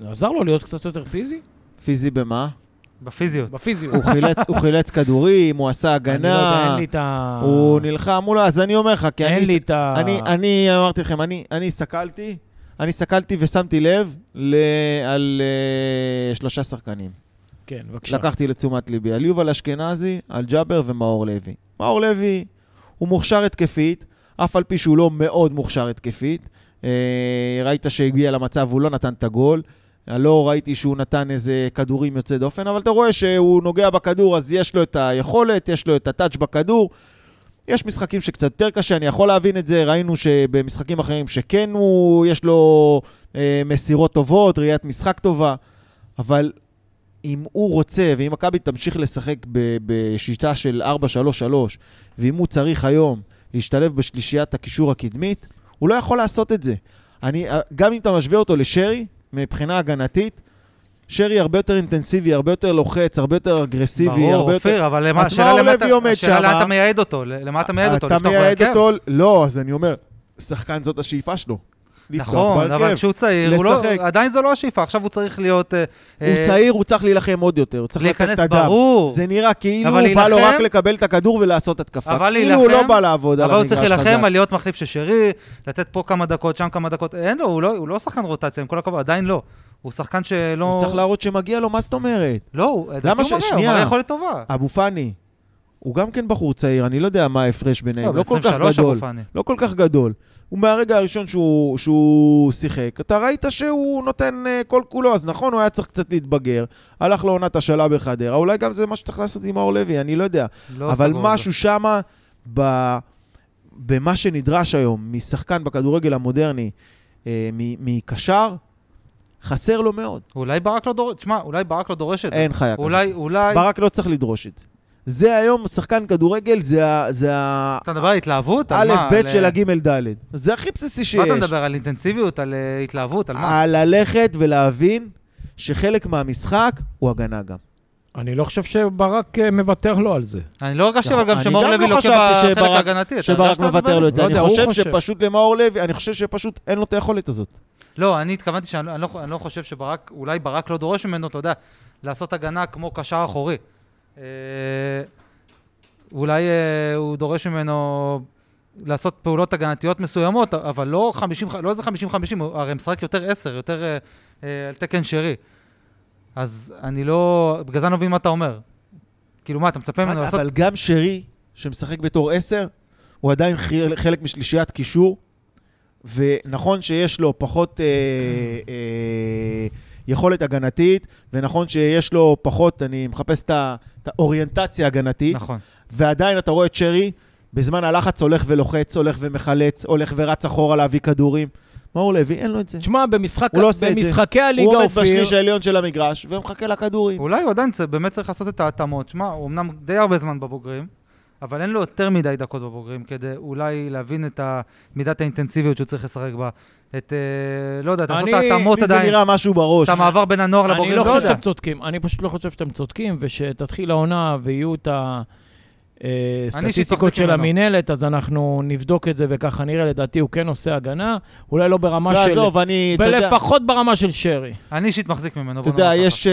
ועזר לו להיות קצת יותר פיזי, פיזי במה? בפיזיות. בפיזיות. הוא חילץ- הוא חילץ כדורים, הוא עשה הגנה. אני לא יודע, אין לי את ה... הוא נלחם מולו, אז אני אומר לך, כי אני... אין לי את ה... אני, אני אמרתי לכם, אני, אני הסתכלתי, אני הסתכלתי ושמתי לב ל, על uh, שלושה שחקנים. כן, בבקשה. לקחתי לתשומת ליבי, על יובל אשכנזי, על ג'אבר ומאור לוי. מאור לוי הוא מוכשר התקפית, אף על פי שהוא לא מאוד מוכשר התקפית. אה, ראית שהגיע למצב, הוא לא נתן את הגול. אה, לא ראיתי שהוא נתן איזה כדורים יוצא דופן, אבל אתה רואה שהוא נוגע בכדור, אז יש לו את היכולת, יש לו את הטאץ' בכדור. יש משחקים שקצת יותר קשה, אני יכול להבין את זה, ראינו שבמשחקים אחרים שכן הוא, יש לו אה, מסירות טובות, ראיית משחק טובה, אבל אם הוא רוצה, ואם מכבי תמשיך לשחק ב- בשיטה של 4-3-3, ואם הוא צריך היום להשתלב בשלישיית הקישור הקדמית, הוא לא יכול לעשות את זה. אני, אה, גם אם אתה משווה אותו לשרי, מבחינה הגנתית, שרי הרבה יותר אינטנסיבי, הרבה יותר לוחץ, הרבה יותר אגרסיבי, ברור, הרבה יותר... אופיר, אבל למה אז השאלה מאור למה לוי אתה... עומד השאלה שמה. לאן אתה מייעד אותו, ל- למה אתה מייעד אותו, אתה לפתוח מייעד בהרכב? אותו, לא, אז אני אומר, שחקן זאת השאיפה שלו. לפתוח נכון, אבל בהרכב. כשהוא צעיר, הוא לשחק. לא... עדיין זו לא השאיפה, עכשיו הוא צריך להיות... אה, הוא אה, צעיר, הוא צריך להילחם עוד יותר, הוא צריך לתת את להיכנס, הדם. ברור. זה נראה כאילו אבל הוא בא לו להילחם- רק לקבל את הכדור ולעשות התקפה. אבל כאילו הוא לא להילחם, בא לעבוד על אבל הוא המגרש צריך חזק. להילחם על להיות מחליף של שרי, לתת פה כמה דקות, שם כמה דקות. אין לו, הוא לא- הוא לא שחקן רוטציה, עם כל הכבוד, עדיין לא. הוא שחקן שלא... הוא צריך להראות שמגיע לו, מה זאת אומרת? לא, הוא לדעתי למה הוא ש- מראה, הוא שנייה. אה, מראה יכולת טובה. אבו פאני, הוא גם כן בחור צעיר, אני לא יודע מה ההפרש ביניהם, לא, לא כל כך ב-23 אבו גדול. פאני. לא כל כך גדול. הוא מהרגע הראשון שהוא, שהוא שיחק, אתה ראית שהוא נותן uh, כל כולו, אז נכון, הוא היה צריך קצת להתבגר, הלך לעונת השאלה בחדרה, אולי גם זה מה שצריך לעשות עם מאור לוי, אני לא יודע. לא אבל סגור על זה. משהו שמה, ב... במה שנדרש היום משחקן בכדורגל המודרני, אה, מ- מקשר, חסר לו מאוד. אולי ברק לא דורש, תשמע, אולי ברק לא דורש את זה. אין חיה כזאת. אולי, אולי... ברק לא צריך לדרוש את זה. זה היום, שחקן כדורגל, זה ה... זה ה... אתה מדבר על התלהבות? על א', מה? ב' על- אה, של הגימל ד'. זה הכי בסיסי שיש. מה אתה מדבר? על אינטנסיביות? על אה, התלהבות? על מה? על ללכת ולהבין שחלק מהמשחק הוא הגנה גם. כן, אני לא חושב שברק אה, מוותר לו על זה. אני לא הרגשתי אבל גם אני שמאור גם לוי לא לוקח חשבתי בחלק שברק- ההגנתי. אתה שברק הרגשת את מוותר הדברים? לו את זה. לא אני יודע, הוא חושב חושב. שפשוט למאור לוי, אני חושב שפשוט אין לו את היכולת הזאת. לא, אני התכוונתי שאני לא- אני לא- אני לא חושב שברק, אולי ברק לא דורש ממנו, אתה יודע, לעשות הגנה כמו קשר אחורי. אה, אולי אה, הוא דורש ממנו לעשות פעולות הגנתיות מסוימות, אבל לא 50, לא איזה 50-50, הוא הרי משחק יותר 10, יותר אה, אה, על תקן שרי. אז אני לא, בגלל זה אני לא מבין מה אתה אומר. כאילו מה, אתה מצפה מה ממנו זה, לעשות... אבל גם שרי, שמשחק בתור עשר, הוא עדיין חי- חלק משלישיית קישור, ונכון שיש לו פחות אה, אה, יכולת הגנתית, ונכון שיש לו פחות, אני מחפש את ה- את האוריינטציה הגנתית, נכון. ועדיין אתה רואה את שרי, בזמן הלחץ הולך ולוחץ, הולך ומחלץ, הולך ורץ אחורה להביא כדורים. מאור לוי, אין לו את זה. תשמע, במשחק, הוא לא עושה את זה. במשחקי הוא הליגה עומד אופיר, בשליש העליון של המגרש, ומחכה לכדורים. אולי הוא עדיין צ- באמת צריך לעשות את ההתאמות. שמע, הוא אמנם די הרבה זמן בבוגרים, אבל אין לו יותר מדי דקות בבוגרים כדי אולי להבין את ה- מידת האינטנסיביות שהוא צריך לשחק בה. את, אה, לא יודע, לעשות את אני- ההתאמות לי זה עדיין. נראה משהו בראש. את המעבר בין הנוער לבוגרים. אני לא חושב יודע. שאתם צודקים, אני פשוט לא חושב שאתם צודקים, ושתתחיל העונה ויהיו את אני אישית הסטטיסטיקות מחזיק של ממנו. המינהלת, אז אנחנו נבדוק את זה וככה נראה, לדעתי הוא כן עושה הגנה, אולי לא ברמה לא, של... עזוב, אני, אתה יודע... ולפחות ברמה של שרי. אני אישית מחזיק ממנו. אתה בוא נאמר יודע, ככה. יש...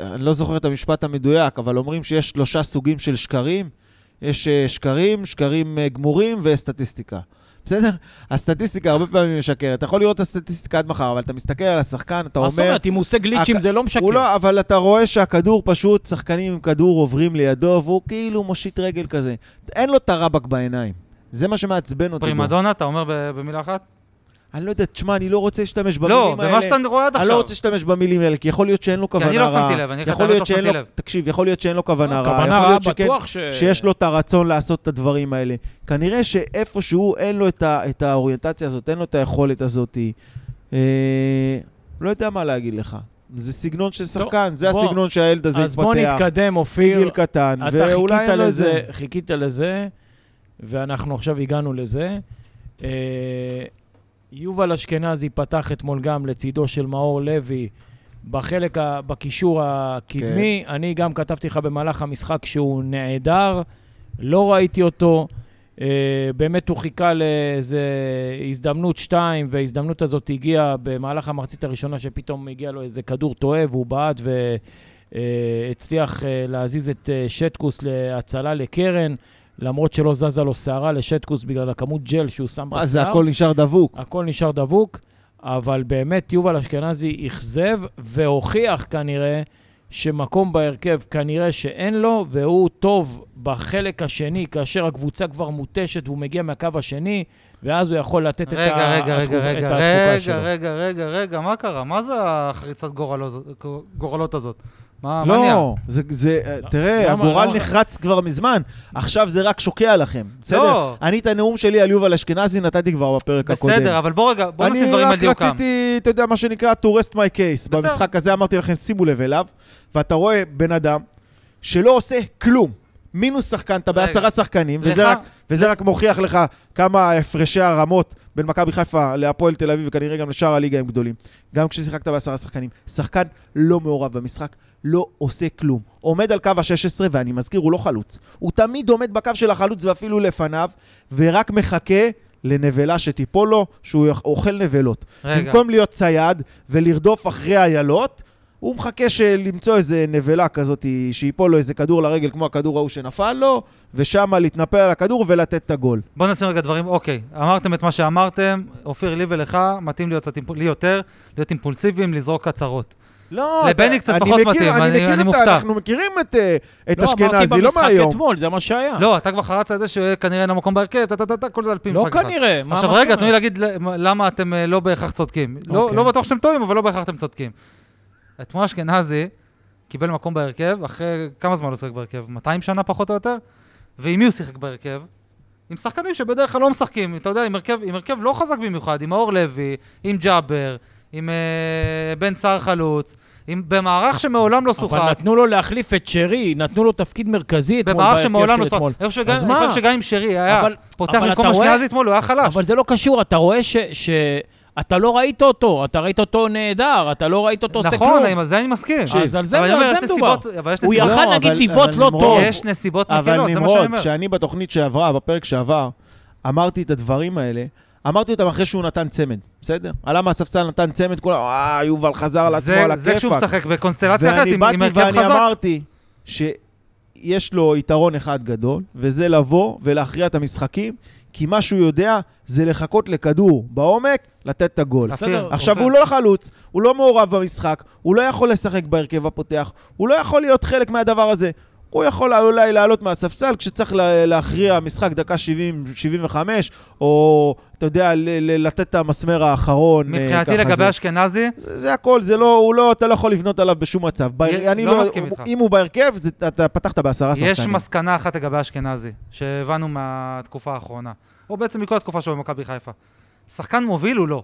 אה, אני לא זוכר את המשפט המדויק, אבל אומרים שיש שלושה סוגים של שקרים. יש אה, שקרים, שקרים אה, גמורים וסטטיסטיקה. בסדר? הסטטיסטיקה הרבה פעמים משקרת. אתה יכול לראות את הסטטיסטיקה עד מחר, אבל אתה מסתכל על השחקן, מה אתה אומר... זאת אומרת, אם הוא עושה גליצ'ים הק- זה לא משקר. הוא לא, אבל אתה רואה שהכדור פשוט, שחקנים עם כדור עוברים לידו, והוא כאילו מושיט רגל כזה. אין לו את הרבק בעיניים. זה מה שמעצבן אותי. בו. פרימדונה, אתה אומר ב- במילה אחת? אני לא יודע, תשמע, אני לא רוצה להשתמש במילים לא, האלה. במה שאתה רואה עד אני לא עכשיו. רוצה להשתמש במילים האלה, כי יכול להיות שאין לו כוונה אני רעה. לא שמתי לב, אני חייב יכול להגיד, להיות לא שאין שמתי לו- לב. תקשיב, יכול להיות שאין לו כוונה רעה. אה, כוונה יכול רעה, להיות שכן- בטוח ש... שיש לו את הרצון לעשות את הדברים האלה. כנראה שאיפשהו אין לו את ה- את האוריינטציה הזאת, אין לו את היכולת הזאת. אה, לא יודע מה להגיד לך. זה סגנון של שחקן, זה בוא. הסגנון שהילד הזה אז בוא התפתח. נתקדם, מגיל אופיר. קטן, אתה ואולי חיכית אין לו איזה... לזה, חיכית לזה, ואנחנו עכשיו הגענו לזה. אה, יובל אשכנזי פתח אתמול גם לצידו של מאור לוי בחלק, ה- בקישור הקדמי. כן. אני גם כתבתי לך במהלך המשחק שהוא נעדר, לא ראיתי אותו. אה, באמת הוא חיכה לאיזה הזדמנות שתיים, וההזדמנות הזאת הגיעה במהלך המחצית הראשונה, שפתאום הגיע לו איזה כדור טועה והוא בעט ו... אה, הצליח אה, להזיז את אה, שטקוס להצלה לקרן, למרות שלא זזה לו שערה לשטקוס בגלל הכמות ג'ל שהוא שם בשיער. מה זה, הכל נשאר דבוק. הכל נשאר דבוק, אבל באמת יובל אשכנזי אכזב והוכיח כנראה שמקום בהרכב כנראה שאין לו, והוא טוב בחלק השני, כאשר הקבוצה כבר מותשת והוא מגיע מהקו השני, ואז הוא יכול לתת את, רגע, ה- רגע, רגע, התגובה- את רגע, התפוקה שלו. רגע, רגע, רגע, רגע, מה קרה? מה זה החריצת גורלו ז- גורלות הזאת? מה מה נהיה? לא, זה, זה, לא. תראה, למה, הגורל למה? נחרץ כבר מזמן, עכשיו זה רק שוקע לכם, בסדר? לא. אני את הנאום שלי על יובל אשכנזי נתתי כבר בפרק הקודם. בסדר, אבל בוא רגע, בוא נשים דברים על אני רק דיוקם. רציתי, אתה יודע, מה שנקרא to rest my case. בסדר. במשחק הזה אמרתי לכם, שימו לב אליו, ואתה רואה בן אדם שלא עושה כלום. מינוס שחקן, אתה רגע. בעשרה שחקנים, וזה לך- רק, וזה רק מוכיח לך כמה הפרשי הרמות בין מכבי חיפה להפועל תל אביב, וכנראה גם לשאר הליגה הם גדולים. גם כששיחקת בעשרה שחקנים. שחקן לא מעורב במשחק, לא עושה כלום. עומד על קו ה-16, ואני מזכיר, הוא לא חלוץ. הוא תמיד עומד בקו של החלוץ ואפילו לפניו, ורק מחכה לנבלה שתיפול לו, שהוא יאכ- אוכל נבלות. רגע. במקום להיות צייד ולרדוף אחרי איילות, הוא מחכה של- למצוא איזה נבלה כזאת, שיפול לו איזה כדור לרגל כמו הכדור ההוא שנפל לו, ושם להתנפל על הכדור ולתת את הגול. בוא נשים רגע דברים, אוקיי, אמרתם את מה שאמרתם, אופיר, לי ולך, מתאים להיות קצת, אימפול- לי יותר, להיות אימפולסיביים, לזרוק הצהרות. לא, לבני אתה- קצת אני פחות מכיר- מתאים, אני- אני מכיר את ה- מופתע. אנחנו מכירים את אה, את לא, אשכנזי, אמרתי לא במשחק מהיום. אתמול, זה מה שהיה. לא, אתה כבר חרצת את זה שכנראה אין לו מקום בהרכב, טה טה טה טה, כל זה על פי לא משחק אחד. כנראה. מה- עכשיו מה רגע, זאת תנו לי אומרת? להגיד ל- מה- למה אתם אה, לא בהכרח צודקים. לא אוקיי. לא בטוח שאתם טועים, אבל לא בהכרח אתם צודקים. אתמול אשכנזי קיבל מקום בהרכב, אחרי כמה זמן הוא שיחק בהרכב? 200 שנה פחות או יותר? ועם מי הוא שיחק בהרכב? עם שחקנים שבדרך כלל לא משחקים, אתה יודע, עם הרכב, עם הרכב לא חזק במיוחד, עם מאור לוי, עם ג'אבר, עם אה, בן סער חלוץ, עם, במערך שמעולם לא אבל שוחק. נתנו לו להחליף את שרי, נתנו לו תפקיד מרכזי אתמול במערך שמעולם לא בהרכב של שוחק. אתמול. אני חושב שגם- אז אני מה? חושב שגם אם שרי היה אבל- פותח אבל במקום אתה רואה- אשכנזי אתמול, הוא היה חלש. אבל זה לא קשור, אתה רואה ש... ש... אתה לא ראית אותו, אתה ראית אותו נהדר, אתה לא ראית אותו עושה נכון, כלום. עם זה אני מסכים. אז על זה אבל אני אומר, על זה יש מדובר. נסיבות- אבל יש הוא נסיבות- יכל לא, נגיד אבל- לבעוט אבל לא נמרוד, טוב. יש נסיבות מקלות, אבל זה מה שאני נמרוד, אומר. כשאני בתוכנית שעברה, בפרק שעבר, אמרתי את הדברים האלה, אמרתי אותם אחרי שהוא נתן צמד, בסדר? עלה מהספסל, נתן צמד, כולם, אה, יובל חזר על עצמו, זה- על הכיפאק. זה כשהוא משחק בקונסטלציה אחרת ואני עם באתי עם הרכב ואני חזק. אמרתי שיש לו יתרון אחד גדול, וזה לבוא ולהכריע את המשחקים, כי מה שהוא יודע זה לחכות לכדור בעומק, לתת את הגול. בסדר, אופיר, עכשיו, אופיר. הוא לא חלוץ, הוא לא מעורב במשחק, הוא לא יכול לשחק בהרכב הפותח, הוא לא יכול להיות חלק מהדבר הזה. הוא יכול אולי לעלות מהספסל כשצריך לה- להכריע משחק דקה 70, 75, או, אתה יודע, ל- ל- לתת את המסמר האחרון. אה, מבחינתי ככה לגבי זה. אשכנזי, זה זה הכל, זה לא, הוא לא, אתה לא יכול לבנות עליו בשום מצב. ב- יה- אני לא לא, מסכים הוא- איתך. אם הוא בהרכב, זה- אתה פתחת בעשרה שחקנים. יש מסקנה אחת לגבי אשכנזי, שהבנו מהתקופה האחרונה, או בעצם מכל התקופה שלו במכבי חיפה. שחקן מוביל הוא לא.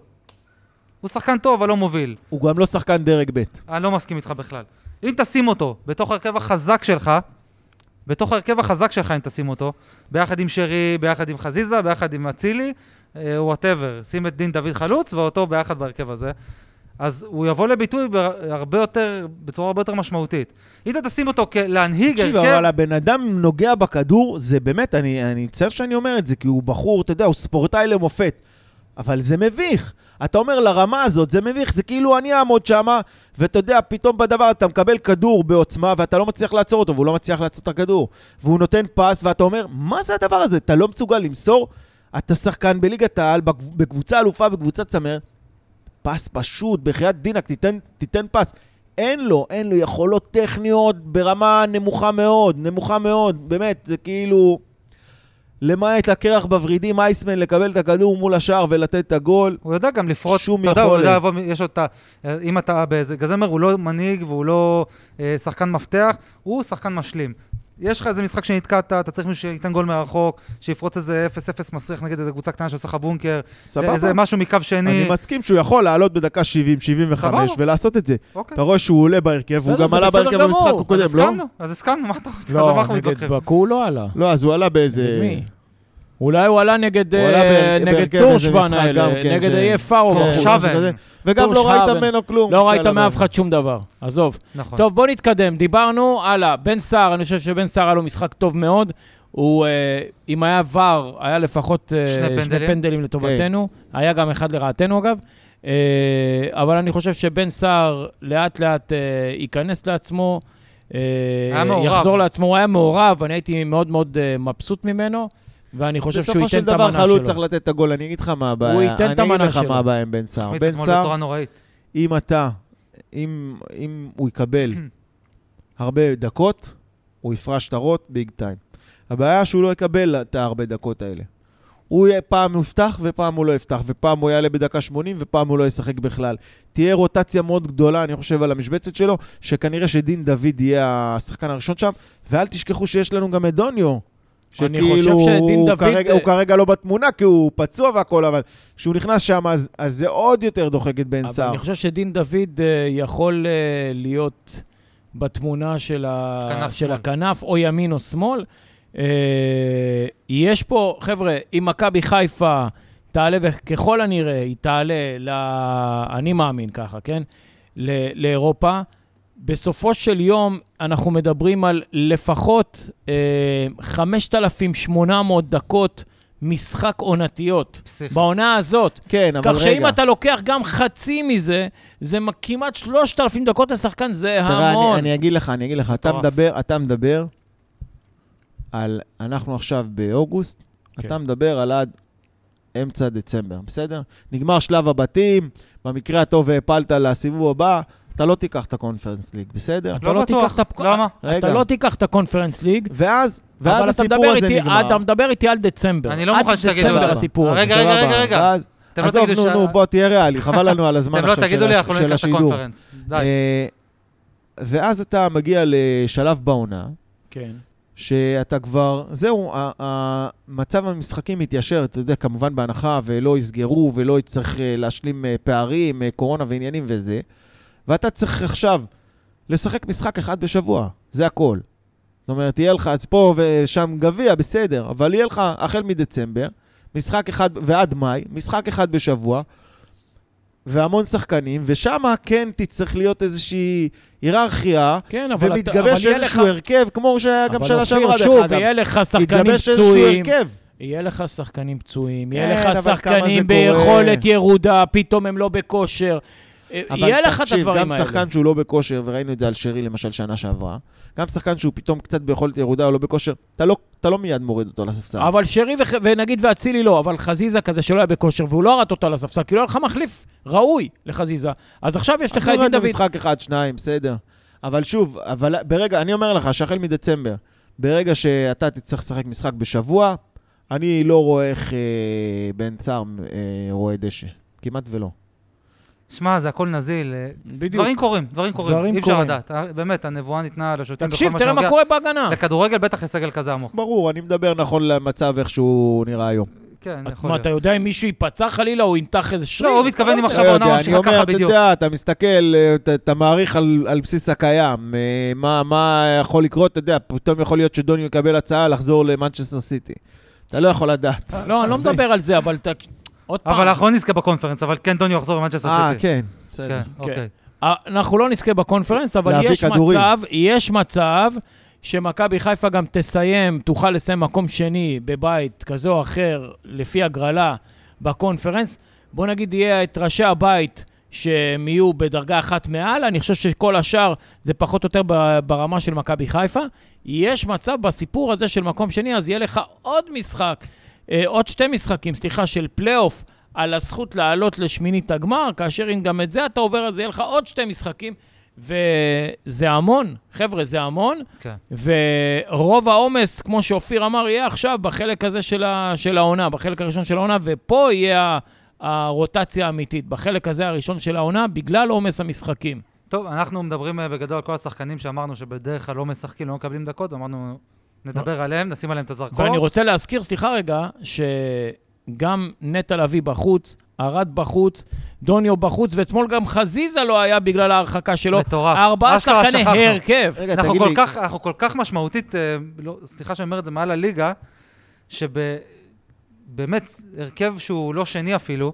הוא שחקן טוב, אבל לא מוביל. הוא גם לא שחקן דרג ב'. אני לא מסכים איתך בכלל. אם תשים אותו בתוך הרכב החזק שלך, בתוך הרכב החזק שלך אם תשים אותו, ביחד עם שרי, ביחד עם חזיזה, ביחד עם אצילי, וואטאבר, שים את דין דוד חלוץ ואותו ביחד בהרכב הזה, אז הוא יבוא לביטוי בר- הרבה יותר, בצורה הרבה יותר משמעותית. אם אתה תשים אותו כלהנהיג תקשיב, הרכב, אבל הבן אדם נוגע בכדור, זה באמת, אני אני מצטער שאני אומר את זה, כי הוא בחור, אתה יודע, הוא ספורטאי למופת. אבל זה מביך. אתה אומר לרמה הזאת, זה מביך, זה כאילו אני אעמוד שמה, ואתה יודע, פתאום בדבר אתה מקבל כדור בעוצמה, ואתה לא מצליח לעצור אותו, והוא לא מצליח לעצור את הכדור. והוא נותן פס, ואתה אומר, מה זה הדבר הזה? אתה לא מסוגל למסור? אתה שחקן בליגת העל, בקב- בקבוצה אלופה, בקבוצת צמרת, פס פשוט, בחייאת דינק, תיתן, תיתן פס. אין לו, אין לו יכולות טכניות ברמה נמוכה מאוד, נמוכה מאוד, באמת, זה כאילו... למעט לקרח בוורידים, אייסמן לקבל את הכדור מול השער ולתת את הגול. הוא יודע גם לפרוץ, שום אתה יודע, הוא יודע יכולת. לבוא, מ- יש לו את ה... אה, אם אתה באיזה... גזמר הוא לא מנהיג והוא לא אה, שחקן מפתח, הוא שחקן משלים. יש לך איזה משחק שנתקעת, אתה צריך מישהו שייתן גול מרחוק, שיפרוץ איזה 0-0 מסריח נגד איזה קבוצה קטנה שעושה לך בונקר, אה, סבבה. איזה משהו מקו שני. אני מסכים שהוא יכול לעלות בדקה 70, 75 סבבה. ולעשות את זה. אוקיי. אתה רואה שהוא עולה בהרכב, והוא כן. בסדר, גם זה עלה בסדר בהרכב גמור. במשחק הקודם, אז לא? הסכמנו, אז הסכמנו, מה אתה רוצה? אז לא, אנחנו נגד מתווכחים. בקו הוא לא עלה. לא, אז הוא עלה באיזה... נגד מי? אולי הוא עלה נגד הוא אה, עלה בהר- נגד בהרכב איזה טורשבן משחק גם האלה, כן, נגד ש- איי פארו. כן, בחוץ. משהו שווה. כזה. וגם טור לא ראית שבן. ממנו כלום. לא ראית כשעלה מאף בהרכב. אחד שום דבר, עזוב. נכון. טוב, בוא נתקדם. דיברנו, הלאה. בן סער, אני חושב שבן סער היה לו משחק טוב מאוד. הוא, אה, אם היה ור, היה לפחות אה, שני שני פנדלים. כן. פנדלים לטובתנו. היה גם אחד לרעתנו, אגב. אה, אבל אני חושב שבן סער לאט-לאט אה, ייכנס לעצמו. אה, היה מעורב. יחזור לעצמו, הוא היה מעורב, אני הייתי מאוד מאוד אה, מבסוט ממנו, ואני חושב שהוא בסופו של ייתן את המנה שלו. דבר חלוץ צריך לתת את הגול, אני אגיד לך מה הבעיה. ייתן את המנה אני אגיד לך שלו. מה הבעיה עם בן סער. החמיץ בן אתמול סער, בצורה נוראית. אם אתה, אם אם הוא יקבל הרבה דקות, הוא יפרש שטרות ביג טיים. הבעיה שהוא לא יקבל את הרבה דקות האלה. הוא יהיה פעם יפתח ופעם הוא לא יפתח, ופעם הוא יעלה בדקה 80 ופעם הוא לא ישחק בכלל. תהיה רוטציה מאוד גדולה, אני חושב, על המשבצת שלו, שכנראה שדין דוד יהיה השחקן הראשון שם, ואל תשכחו שיש לנו גם את דוניו. אני שכאילו חושב שדין הוא דוד- אה, כרגע, הוא כרגע לא בתמונה, כי הוא פצוע והכל, אבל כשהוא נכנס שם, אז, אז זה עוד יותר דוחק את בן אבל סער. אני חושב שדין דוד אה, יכול אה, להיות בתמונה של, ה... כנף של שמאל. הכנף, או ימין או שמאל. אה, יש פה, חבר'ה, אם מכבי חיפה תעלה, וככל הנראה היא תעלה, ל... אני מאמין ככה, כן? ל... לאירופה, בסופו של יום אנחנו מדברים על לפחות אה, 5,800 דקות משחק עונתיות. פסיכי. בעונה הזאת. כן, אבל רגע. כך שאם אתה לוקח גם חצי מזה, זה מ- כמעט 3,000 דקות לשחקן, זה תראה, המון. אני, אני אגיד לך, אני אגיד לך, אתה מטורף. מדבר, אתה מדבר על, אנחנו עכשיו באוגוסט, כן. אתה מדבר על עד אמצע דצמבר, בסדר? נגמר שלב הבתים, במקרה הטוב העפלת לסיבוב הבא, אתה לא תיקח את הקונפרנס ליג, בסדר? אתה לא תיקח את הפק- למה? אתה רגע. לא תיקח את הקונפרנס ליג, ואז, ואז אבל אתה הסיפור מדבר הזה איתי- אה, נגמר. אתה מדבר איתי על דצמבר. אני לא מוכן שתגידו עד את דצמבר זה. הסיפור הזה. רגע, רגע, סבבה. רגע, רגע. ואז, אתם לא עזוב, תגידו נו, שה- נו, בוא, תהיה ריאלי, חבל לנו על הזמן אתם לא עכשיו תגידו של לי, הש- אנחנו לא של ניקח את השידור. הקונפרנס. די. אה, ואז אתה מגיע לשלב בעונה, כן. שאתה כבר, זהו, ה- ה- מצב המשחקים מתיישר, אתה יודע, כמובן בהנחה, ולא יסגרו, ולא יצטרך אה, להשלים אה, פערים, אה, קורונה ועניינים וזה, ואתה צריך עכשיו לשחק משחק אחד בשבוע, זה הכל. זאת אומרת, יהיה לך, אז פה ושם גביע, בסדר, אבל יהיה לך, החל מדצמבר, משחק אחד, ועד מאי, משחק אחד בשבוע, והמון שחקנים, ושם כן תצטרך להיות איזושהי היררכיה, כן, אבל אתה- אבל ומתגבש יהיה איזשהו לך- הרכב, כמו שהיה גם אבל שנה אופיר, שעברה, דרך שוב, אגב. יהיה לך שחקנים התגבש איזשהו פצועים, הרכב. יהיה לך שחקנים פצועים, כן, יהיה אבל לך כמה שחקנים זה קורה. ביכולת ירודה, פתאום הם לא בכושר. אה, אבל יהיה לך את תקשיב, הדברים גם האלה. שחקן שהוא לא בכושר, וראינו את זה על שרי למשל שנה שעברה, גם שחקן שהוא פתאום קצת ביכולת ירודה או לא בכושר, אתה לא, אתה לא מיד מוריד אותו לספסל. אבל שרי וח- ונגיד ואצילי לא, אבל חזיזה כזה שלא היה בכושר, והוא לא הרט אותו על הספסל, כי לא היה לך מחליף ראוי לחזיזה. אז עכשיו יש לך את לא דין אז דוד. משחק אחד, שניים, בסדר. אבל שוב, אבל ברגע, אני אומר לך שהחל מדצמבר, ברגע שאתה תצטרך לשחק משחק בשבוע, אני לא רואה איך אה, בן סער אה, רואה דשא. כמעט ולא. שמע, זה הכל נזיל. אה, בדיוק. דברים קורים, דברים דברים קורים. אי אפשר קורים. לדעת. אה, באמת, הנבואה ניתנה לשופטים בכל תקשיב, מה תראה מה שנוגע. נכון, קורה בהגנה. לכדורגל בטח לסגל כזה עמוק. ברור, אני מדבר נכון למצב איך שהוא נראה היום. כן, יכול מה, להיות. אתה יודע אם מישהו ייפצע חלילה או ימתח איזה שריר? לא, הוא מתכוון אם יודע. עכשיו לא העונה יודע, ממשיכה אני ככה אומר, בדיוק. אתה יודע, אתה מסתכל, אה, אתה- אתה מעריך על- על בסיס הקיים. אה, מה- מה יכול לקרות, אתה יודע, פתאום יכול להיות שדוניו יקבל הצעה לחזור למנצ'סטר סיטי. אתה לא יכול לדעת. לא, אני לא מדבר על זה, אבל ת- עוד פעם. אבל אנחנו לא נזכה בקונפרנס, אבל כן, דוניו יחזור למנצ'סטר אה, סיטי. כן, בסדר. כן, אוקיי. אנחנו לא נזכה בקונפרנס, אבל להביא יש כדורים. מצב, יש מצב שמכבי חיפה גם תסיים, תוכל לסיים מקום שני בבית כזה או אחר, לפי הגרלה, בקונפרנס. בוא נגיד יהיה את ראשי הבית שהם יהיו בדרגה אחת מעל, אני חושב שכל השאר זה פחות או יותר ב- ברמה של מכבי חיפה. יש מצב בסיפור הזה של מקום שני, אז יהיה לך עוד משחק, אה, עוד שתי משחקים, סליחה, של פלייאוף. על הזכות לעלות לשמינית הגמר, כאשר אם גם את זה אתה עובר, אז יהיה לך עוד שתי משחקים, וזה המון, חבר'ה, זה המון, כן. ורוב העומס, כמו שאופיר אמר, יהיה עכשיו בחלק הזה של, ה... של העונה, בחלק הראשון של העונה, ופה יהיה ה... הרוטציה האמיתית, בחלק הזה הראשון של העונה, בגלל עומס המשחקים. טוב, אנחנו מדברים אה, בגדול על כל השחקנים שאמרנו שבדרך כלל לא משחקים, לא מקבלים דקות, אמרנו, נדבר עליהם, נשים עליהם את הזרקור. ואני רוצה להזכיר, סליחה רגע, שגם נטע לביא בחוץ, ארד בחוץ, דוניו בחוץ, ואתמול גם חזיזה לא היה בגלל ההרחקה שלו. אה, מטורף. ארבעה אשכרה שחקני שכחנו. הרכב. רגע, אנחנו תגיד כל לי, כך, אנחנו כל כך משמעותית, אה, לא, סליחה שאני אומר את זה מעל הליגה, שבאמת, הרכב שהוא לא שני אפילו,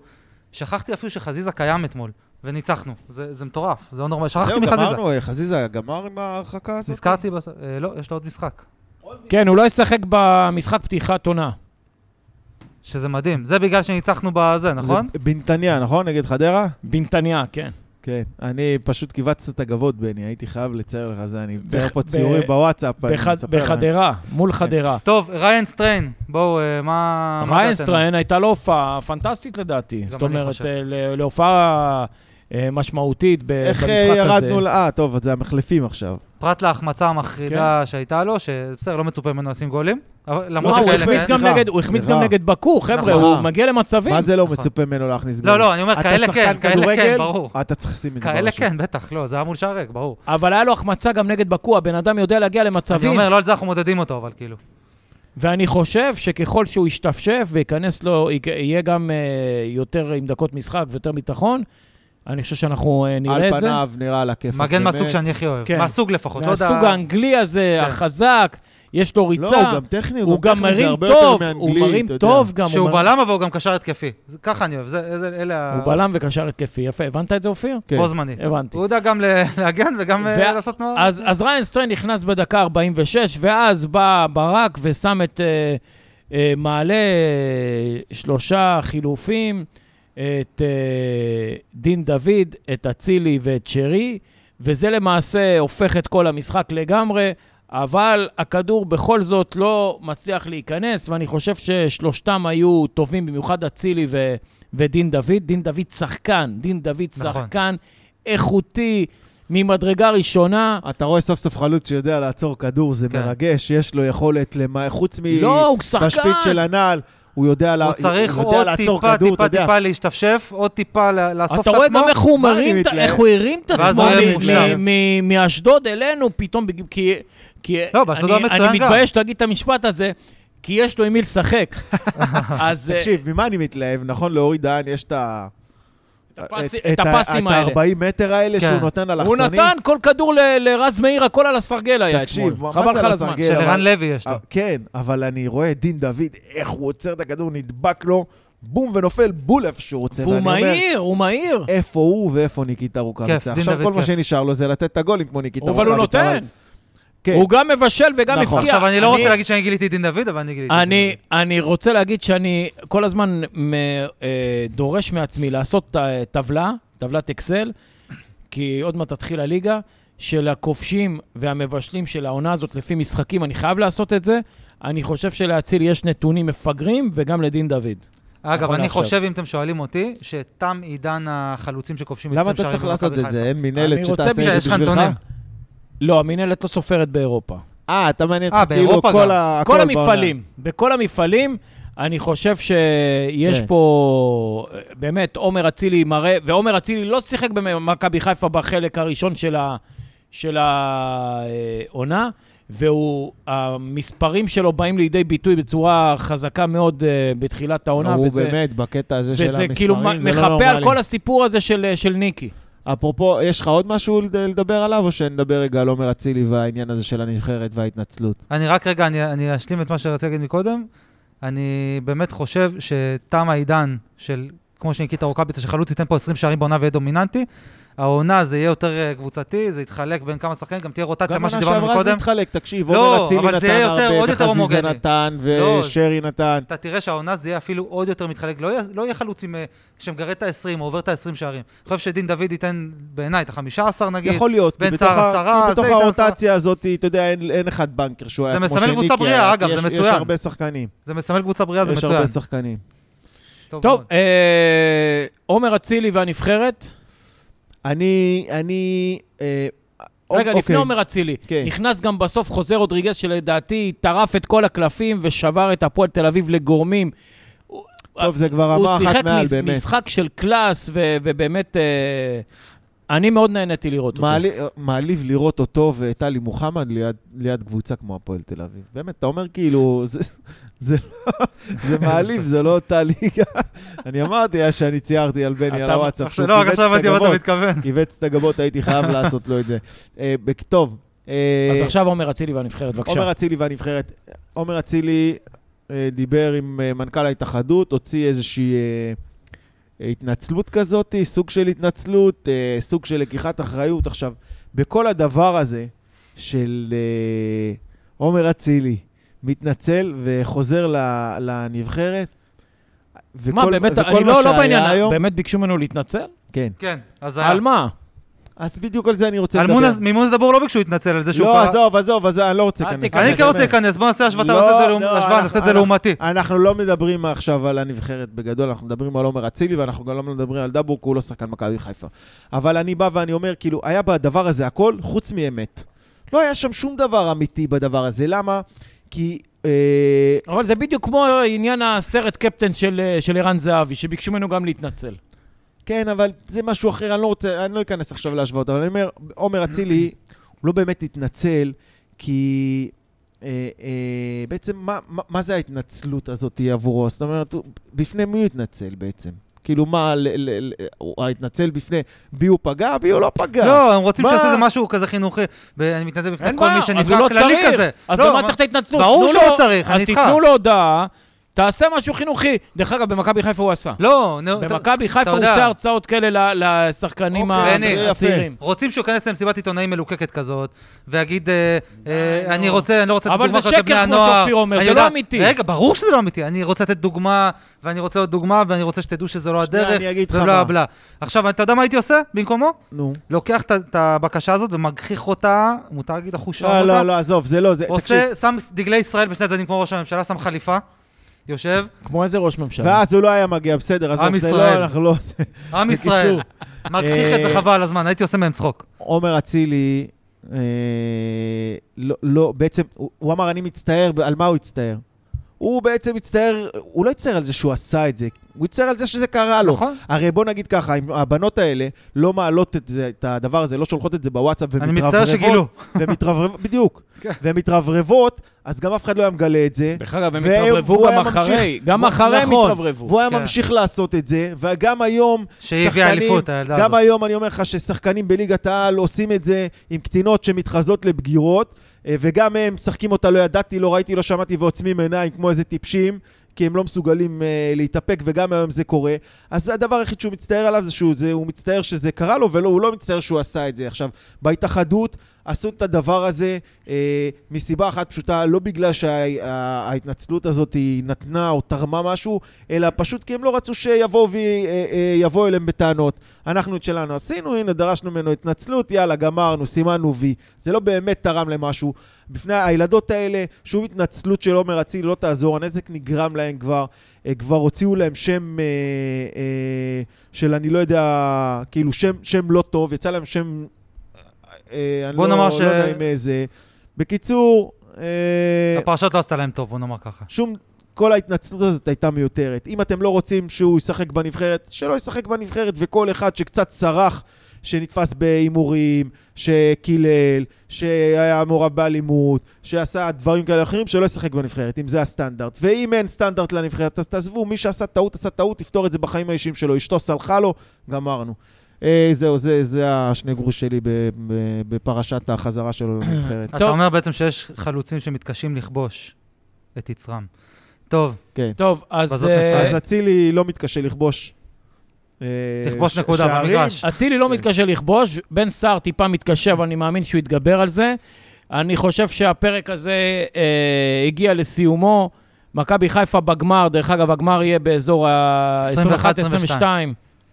שכחתי אפילו שחזיזה קיים אתמול, וניצחנו. זה, זה מטורף, זה לא נורמל. שכחתי זהו, מחזיזה. גמרנו, אה, חזיזה גמר עם ההרחקה הזאת? נזכרתי, בס... אה, לא, יש לו עוד משחק. כן, הוא לא ישחק במשחק פתיחת עונה. שזה מדהים. זה בגלל שניצחנו בזה, נכון? זה בנתניה, נכון? נגד חדרה? בנתניה, כן. כן. אני פשוט קיבצת את הגבות, בני, הייתי חייב לצייר לך זה, אני מצייר בח- פה ב- ציורים בוואטסאפ, אני בח- מספר לך. בחדרה, מול חדרה. טוב, ריין סטריין, בואו, אה, מה... מה דעתנו? ריינסטריין הייתה לו הופעה פנטסטית לדעתי. זאת אני אומרת, חושב. אה, ל- להופעה אה, משמעותית ב- איך במשחק אה, הזה. ירדנו ל... אה, טוב, אז זה המחלפים עכשיו. פרט להחמצה כן. המחרידה שהייתה לו, שבסדר, לא מצופה ממנו לשים גולים. אבל למרות וואו, לא, הוא שכאלה- כן- החמיץ גם סליחה. נגד- הוא החמיץ גם סליחה. נגד באקו, חבר'ה, נכון. הוא מגיע למצבים. מה זה לא נכון. מצופה ממנו להכניס גול? לא, לא, אני אומר, אתה כאלה כן, שחקן כאלה כן, כדורגל? ברור. אה, אתה צריך לשים את זה כאלה בראש. כן, בטח, לא, זה היה מול שער ריק, ברור. אבל היה לו החמצה גם נגד בקו, הבן אדם יודע להגיע אני למצבים, אומר, לא על זה אנחנו מודדים אותו, אבל כאילו. ואני חושב שככל שהוא ישתפשף וייכנס לו, ייק- יהיה גם אה, יותר עם דקות משחק ויותר ביטחון, אני חושב שאנחנו אה, נראה על את זה. פניו נראה על הכיפאק. מגן מהסוג באמת. שאני הכי אוהב. כן. מהסוג לפחות, לא יודע... מהסוג האנגלי הזה, כן. החזק, יש לו לא, ריצה, הוא גם טכני, הוא גם טכני, זה מרים הרבה טוב, יותר הוא מאנגלי, מרים אתה יודע. טוב גם, שהוא מרים- בלם אבל הוא גם קשר התקפי. זה- ככה אני אוהב, זה- זה- אלה ה... הוא בלם וקשר התקפי, יפה, הבנת את זה אופיר? כן. בו זמנית. הבנתי. הוא יודע גם ל- להגן וגם אה, וה- לעשות תנועה. אז, אז ריין סטריין נכנס בדקה 46, ואז בא ברק ושם את אה, אה, מעלה אה, שלושה חילופים, את אה, דין דוד, את אצילי ואת שרי, וזה למעשה הופך את כל המשחק לגמרי, אבל הכדור בכל זאת לא מצליח להיכנס, ואני חושב ששלושתם היו טובים, במיוחד אצילי ו, ודין דוד. דין דוד שחקן, דין דוד נכון. שחקן איכותי. ממדרגה ראשונה, אתה רואה סוף סוף חלוץ שיודע לעצור כדור, זה כן. מרגש, יש לו יכולת למה, חוץ לא, הוא שחקן. מתשפיט של הנעל, הוא יודע לה- הוא צריך יודע עוד לעצור טיפה, כדור, אתה טיפה, יודע. טיפה להשתפשף, עוד טיפה ל- לאסוף את אתה רואה עצמו. גם איך הוא מה אני מרים, את- מתלהב? איך הוא הרים את ואז עצמו הוא היה מ- מושלם. מ- מ- מאשדוד אלינו פתאום, בג- כי... כי לא, באשדוד הוא אני- היה מצוין אני גם. מתבייש להגיד את המשפט הזה, כי יש לו עם מי לשחק. אז אה, תקשיב, ממה אני מתלהב? נכון, לאורי דהן יש את ה... הפס- את- את ה- הפסים את האלה. ה-40 מטר האלה כן. שהוא נותן על הוא אכסנים. נתן כל כדור ל- לרז מאיר, הכל על הסרגל היה תקשיב, אתמול. מה- חבל מה לך זה על על הזמן. הסרגל? שלרן כן, אבל- לוי יש לו. אה, כן, אבל אני רואה את דין דוד, איך הוא עוצר את הכדור, נדבק לו, בום ונופל בול איפה שהוא רוצה. והוא ואני אומר, מהיר, הוא מהיר. כן, איפה הוא ואיפה ניקיטה כיף, רוקאביצה. דין עכשיו דוד כל מה כיף. שנשאר לו זה לתת את הגולים כמו ניקיטה אבל הוא רוקאביצה, נותן. כן. הוא גם מבשל וגם נכון. הבקיע. עכשיו, אני לא רוצה להגיד שאני גיליתי את דין דוד, אבל אני גיליתי את דין אני, דוד. אני רוצה להגיד שאני כל הזמן מ, אה, דורש מעצמי לעשות ת- טבלה, טבלת אקסל, כי עוד מעט תתחיל הליגה, של הכובשים והמבשלים של העונה הזאת לפי משחקים, אני חייב לעשות את זה. אני חושב שלאציל יש נתונים מפגרים, וגם לדין דוד. אגב, נכון אני לעכשיו. חושב, אם אתם שואלים אותי, שתם עידן החלוצים שכובשים למה 20 אתה שערים צריך לעשות במכבי את זה? חיפה. אין מינהלת אני רוצה שתעשה את בשביל- זה יש לך בשבילך? נתונים. לא, המינהלת לא סופרת באירופה. אה, אתה מעניין אה, אותך כאילו באירופה גם. כל ה... כל הכל המפעלים, בכל המפעלים, אני חושב שיש כן. פה, אה, באמת, עומר אצילי מראה, ועומר אצילי לא שיחק במכבי חיפה בחלק הראשון של ה- של העונה, והמספרים שלו באים לידי ביטוי בצורה חזקה מאוד אה, בתחילת בעונה. העונה, הוא וזה- באמת, בקטע הזה של וזה המספרים, כאילו מ- זה לא מחפה על נורמלי. כל הסיפור הזה של אה, של ניקי. אפרופו, יש לך עוד משהו לד- לדבר עליו, או שנדבר רגע על עומר אצילי והעניין הזה של הנבחרת וההתנצלות? אני רק רגע, אני, אני אשלים את מה שרציתי להגיד מקודם. אני באמת חושב שתם העידן של, כמו שניקיטה רוקאביצה, שחלוץ ייתן פה 20 שערים בעונה ויהיה דומיננטי. העונה זה יהיה יותר אה, קבוצתי, זה יתחלק בין כמה שחקנים, גם תהיה רוטציה, גם מה עונה שדיברנו שעברה זה מקודם. התחלק, תקשיב, לא, עומר אצילי אבל זה יהיה נתן יותר- עוד הרבה, יותר וחזיזה הומוגני. נתן, לא, זה- ושרי נתן. אתה תראה שהעונה זה יהיה אפילו עוד יותר מתחלק, לא יהיה, לא יהיה חלוצים אה, שמגרד את ה-20 או עובר את ה-20 שערים. אני חושב שדין דוד ייתן בעיניי את ה-15 נגיד. יכול להיות, כי בין בתוך צער ה- עשרה, כי בתוך זה ייתן הרוטציה הזאת, אתה יודע, אין- אין אחד בנקר שהוא זה היה כמו מסמל שניקי. קבוצה בריאה, היה, כי אגב, יש- זה יש מצוין. הרבה שחקנים. זה מסמל קבוצה בריאה, זה יש מצוין. הרבה שחקנים. טוב, מאוד. אה, עומר אצילי והנבחרת. אני, אני... אה, רגע, אוקיי. לפני עומר אצילי. כן. נכנס גם בסוף חוזר רודריגז, שלדעתי טרף את כל הקלפים ושבר את הפועל תל אביב לגורמים. טוב, זה כבר הוא רמה אחת שיחק מעל, מש- באמת. משחק של קלאס, ו- ובאמת... אה, אני מאוד נהניתי לראות אותו. מעלי- אה, מעליב לראות אותו וטלי מוחמד ליד- ליד קבוצה כמו הפועל תל אביב. באמת, אתה אומר כאילו, זה- זה לא- זה מעליב, זה לא אותה ליגה. אני אמרתי אה, שאני ציירתי על בני, על אתה- הוואטסאפ, עכשיו- לא, רק כיווץ עכשיו את הבנתי מה אתה הגבות. מתכוון. כיווץ את הגבות, הייתי חייב לעשות לו את זה. אה, בק- טוב. אה, אז עכשיו עומר אצילי והנבחרת, בבקשה. עומר אצילי והנבחרת. עומר אצילי אה, דיבר עם אה, מנכ"ל ההתאחדות, הוציא איזושהי אה, התנצלות כזאת, סוג של התנצלות, אה, סוג של לקיחת אחריות. עכשיו, בכל הדבר הזה של אה, עומר אצילי מתנצל וחוזר ל- לנבחרת, מה, באמת, אני לא לא בעניין, באמת ביקשו ממנו להתנצל? כן. כן, אז היה. על מה? אז בדיוק על זה אני רוצה על לדבר. מונז- ממונז דבור לא ביקשו להתנצל על זה שהוא לא, קרא- עזוב, עזוב, עזוב, אני לא רוצה אל להיכנס. תיכנס. אני כן רוצה להיכנס, בוא נעשה השוואה, לא, נעשה את זה לאומ- לא, אה, השוואה, אנחנו- נעשה את זה אנחנו- לעומתי. אנחנו לא מדברים עכשיו על הנבחרת בגדול, אנחנו מדברים על עומר אצילי, ואנחנו גם לא מדברים על דבור, כי הוא לא שחקן מכבי חיפה. אבל אני בא ואני אומר, כאילו, היה בדבר הזה הכל חוץ מאמת. לא היה שם שום דבר אמיתי בדבר הזה. למה? כי... אה, אבל זה בדיוק כמו עניין הסרט קפטן של אה, של ערן זהבי, שביקשו ממנו גם להתנצל. כן, אבל זה משהו אחר, אני לא רוצה, אני לא אכנס עכשיו להשוואות, אבל אני אומר, עומר אצילי, הוא לא באמת התנצל, כי אה, אה, בעצם, מה, מה, מה זה ההתנצלות הזאת עבורו? זאת אומרת, הוא- בפני מי הוא התנצל בעצם? כאילו, מה, ל, ל, ל, הוא התנצל בפני בי הוא פגע, בי הוא לא פגע. לא, הם רוצים מה? שיעשה איזה משהו כזה חינוכי. ב- אני מתנצל בפני אה, אין כל בעיה, מי אז שנפגע הוא לא כללי צריך. כזה. אז לא, למה מה- צריך את ההתנצלות? ברור תנו שלא לו- צריך, אני איתך. אז תיתנו לו הודעה, תעשה משהו חינוכי. דרך אגב, במכבי חיפה הוא עשה. לא, נו, אתה- במכבי חיפה הוא יודע. עושה הרצאות כאלה ל- לשחקנים אוקיי, ה- אני- הצעירים. רוצים שהוא ייכנס למסיבת עיתונאים מלוקקת כזאת, ויגיד, אה, אה, די, אני נו. רוצה, אני לא רוצה לתת אבל דוגמה זה אחת שקר לבני כמו הנוער. שאופיר אומר, אני זה יודע- לא אמיתי. רגע, ברור שזה לא אמיתי. אני רוצה לתת דוגמה, ואני רוצה עוד דוגמה, ואני רוצה שתדעו שזה לא שנייה, הדרך, אני אגיד לך ובלה מה. בלה. עכשיו, אתה יודע מה הייתי עושה במקומו? נו. לוקח את- את הבקשה הזאת ומגחיך אותה, מותר להגיד אחוש לא, אותה? לא, לא, עזוב, זה לא, זה... תקשיב. עושה, שם דגלי ישראל בשני הצדדים כמו ראש הממשלה, שם חליפה, יושב, כמו איזה ראש ממשלה. ואז הוא לא היה מגיע, בסדר, עזוב, עם זה לא, ישראל. אנחנו לא... עם בקיצור, ישראל. מגחיך את זה אה, חבל על הזמן, הייתי עושה מהם צחוק. עומר אצילי, אה, לא, לא, בעצם, הוא, הוא אמר, אני מצטער, על מה הוא הצטער? הוא בעצם מצטער, הוא לא הצטער על זה שהוא עשה את זה, הוא הצטער על זה שזה קרה לו. נכון. הרי בוא נגיד ככה, אם הבנות האלה לא מעלות את, זה, את הדבר הזה, לא שולחות את זה בוואטסאפ אני ומתרברבות. מצטער שגילו. ומתרברב, בדיוק. כן. ומתרברבות, אז גם אף אחד לא היה מגלה את זה. דרך אגב, הם והוא- התרברבו והוא גם היה אחרי. ממשיך- גם והוא- אחרי הם נכון, התרברבו. והוא היה כן. ממשיך לעשות את זה, וגם היום שהיא הביאה שחקנים- אליפות, הילדה גם הזאת. היום אני אומר לך ששחקנים בליגת העל עושים את זה עם קטינות שמתחזות לבגירות, אה, וגם הם משחקים אותה לא ידעתי, לא ראיתי, לא שמעתי ועוצמים עיניים כמו איזה טיפשים, כי הם לא מסוגלים אה, להתאפק, וגם היום זה קורה. אז הדבר היחיד שהוא מצטער עליו זה שהוא זה, הוא מצטער שזה קרה לו, ולא, הוא לא מצטער שהוא עשה את זה. עכשיו, בהתאחדות עשו את הדבר הזה אה, מסיבה אחת פשוטה, לא בגלל שההתנצלות הזאת היא נתנה או תרמה משהו, אלא פשוט כי הם לא רצו שיבואו ויבואו אה, אה, יבואו אליהם בטענות. אנחנו את שלנו עשינו, הנה דרשנו ממנו התנצלות, יאללה, גמרנו, סימנו וי. זה לא באמת תרם למשהו. בפני הילדות האלה, שום התנצלות של עומר אצילי לא תעזור, הנזק נגרם להן כבר. אה, כבר הוציאו להם שם אה, אה, של אני לא יודע, כאילו שם, שם לא טוב, יצא להם שם... אה, אני בוא לא, נאמר לא ש- יודע אם אה, זה... בקיצור, אה, הפרשות לא עשתה להם טוב, בוא נאמר ככה. שום... כל ההתנצלות הזאת הייתה מיותרת. אם אתם לא רוצים שהוא ישחק בנבחרת, שלא ישחק בנבחרת, וכל אחד שקצת סרח, שנתפס בהימורים, שקילל, שהיה מעורב באלימות, שעשה דברים כאלה אחרים, שלא ישחק בנבחרת, אם זה הסטנדרט. ואם אין סטנדרט לנבחרת, אז תעזבו, מי שעשה טעות, עשה טעות, יפתור את זה בחיים האישיים שלו. אשתו סלחה לו, גמרנו. אה, זהו, זה, זה השני גרוש שלי ב- ב- בפרשת החזרה שלו לנבחרת. אתה טוב. אומר בעצם שיש חלוצים שמתקשים לכבוש את יצרם. טוב, כן. טוב, אז בזאת אה, אז אצילי לא מתקשה לכבוש. אה, תכבוש ש- נקודה שערים. במגרש. אצילי לא מתקשה לכבוש, בן סער טיפה מתקשה, אבל אני מאמין שהוא יתגבר על זה. אני חושב שהפרק הזה אה, הגיע לסיומו. מכבי חיפה בגמר, דרך אגב, הגמר יהיה באזור ה-21-22. 21-22.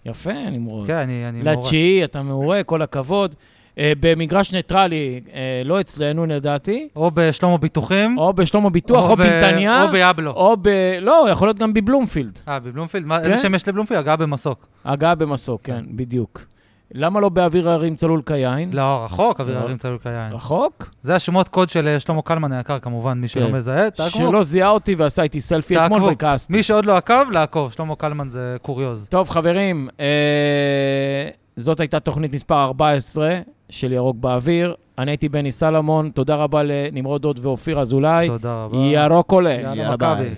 יפה, נמרוד. כן, אני אני מעורב. לתשיעי, אתה מעורה, כל הכבוד. אה, במגרש ניטרלי, אה, לא אצלנו לדעתי, או בשלמה ביטוחים, או בשלום הביטוח, או, ב- בנתניה, או ביבלו. או ב... לא, יכול להיות גם בבלומפילד. אה, בבלומפילד? מה- איזה שם יש לבלומפילד? הגעה במסוק. הגעה במסוק, כן, בדיוק. למה לא באוויר הרים צלול כיין? לא, רחוק, אוויר לא. הרים צלול קיים. רחוק? זה השמות קוד של אה, שלמה קלמן היקר, כמובן, מי שלא כן. מזהה, תעקבו. שלא זיהה אותי ועשה איתי סלפי תעקבו. אתמול וכעסתי. מי שעוד לא עקב, לעקוב. שלמה קלמן זה קוריוז. טוב, חברים, אה, זאת הייתה תוכנית מספר 14 של ירוק באוויר. אני הייתי בני סלמון, תודה רבה לנמרוד דוד ואופיר אזולאי. תודה רבה. ירוק עולה. יאללה יאללה, מכבי. ביי.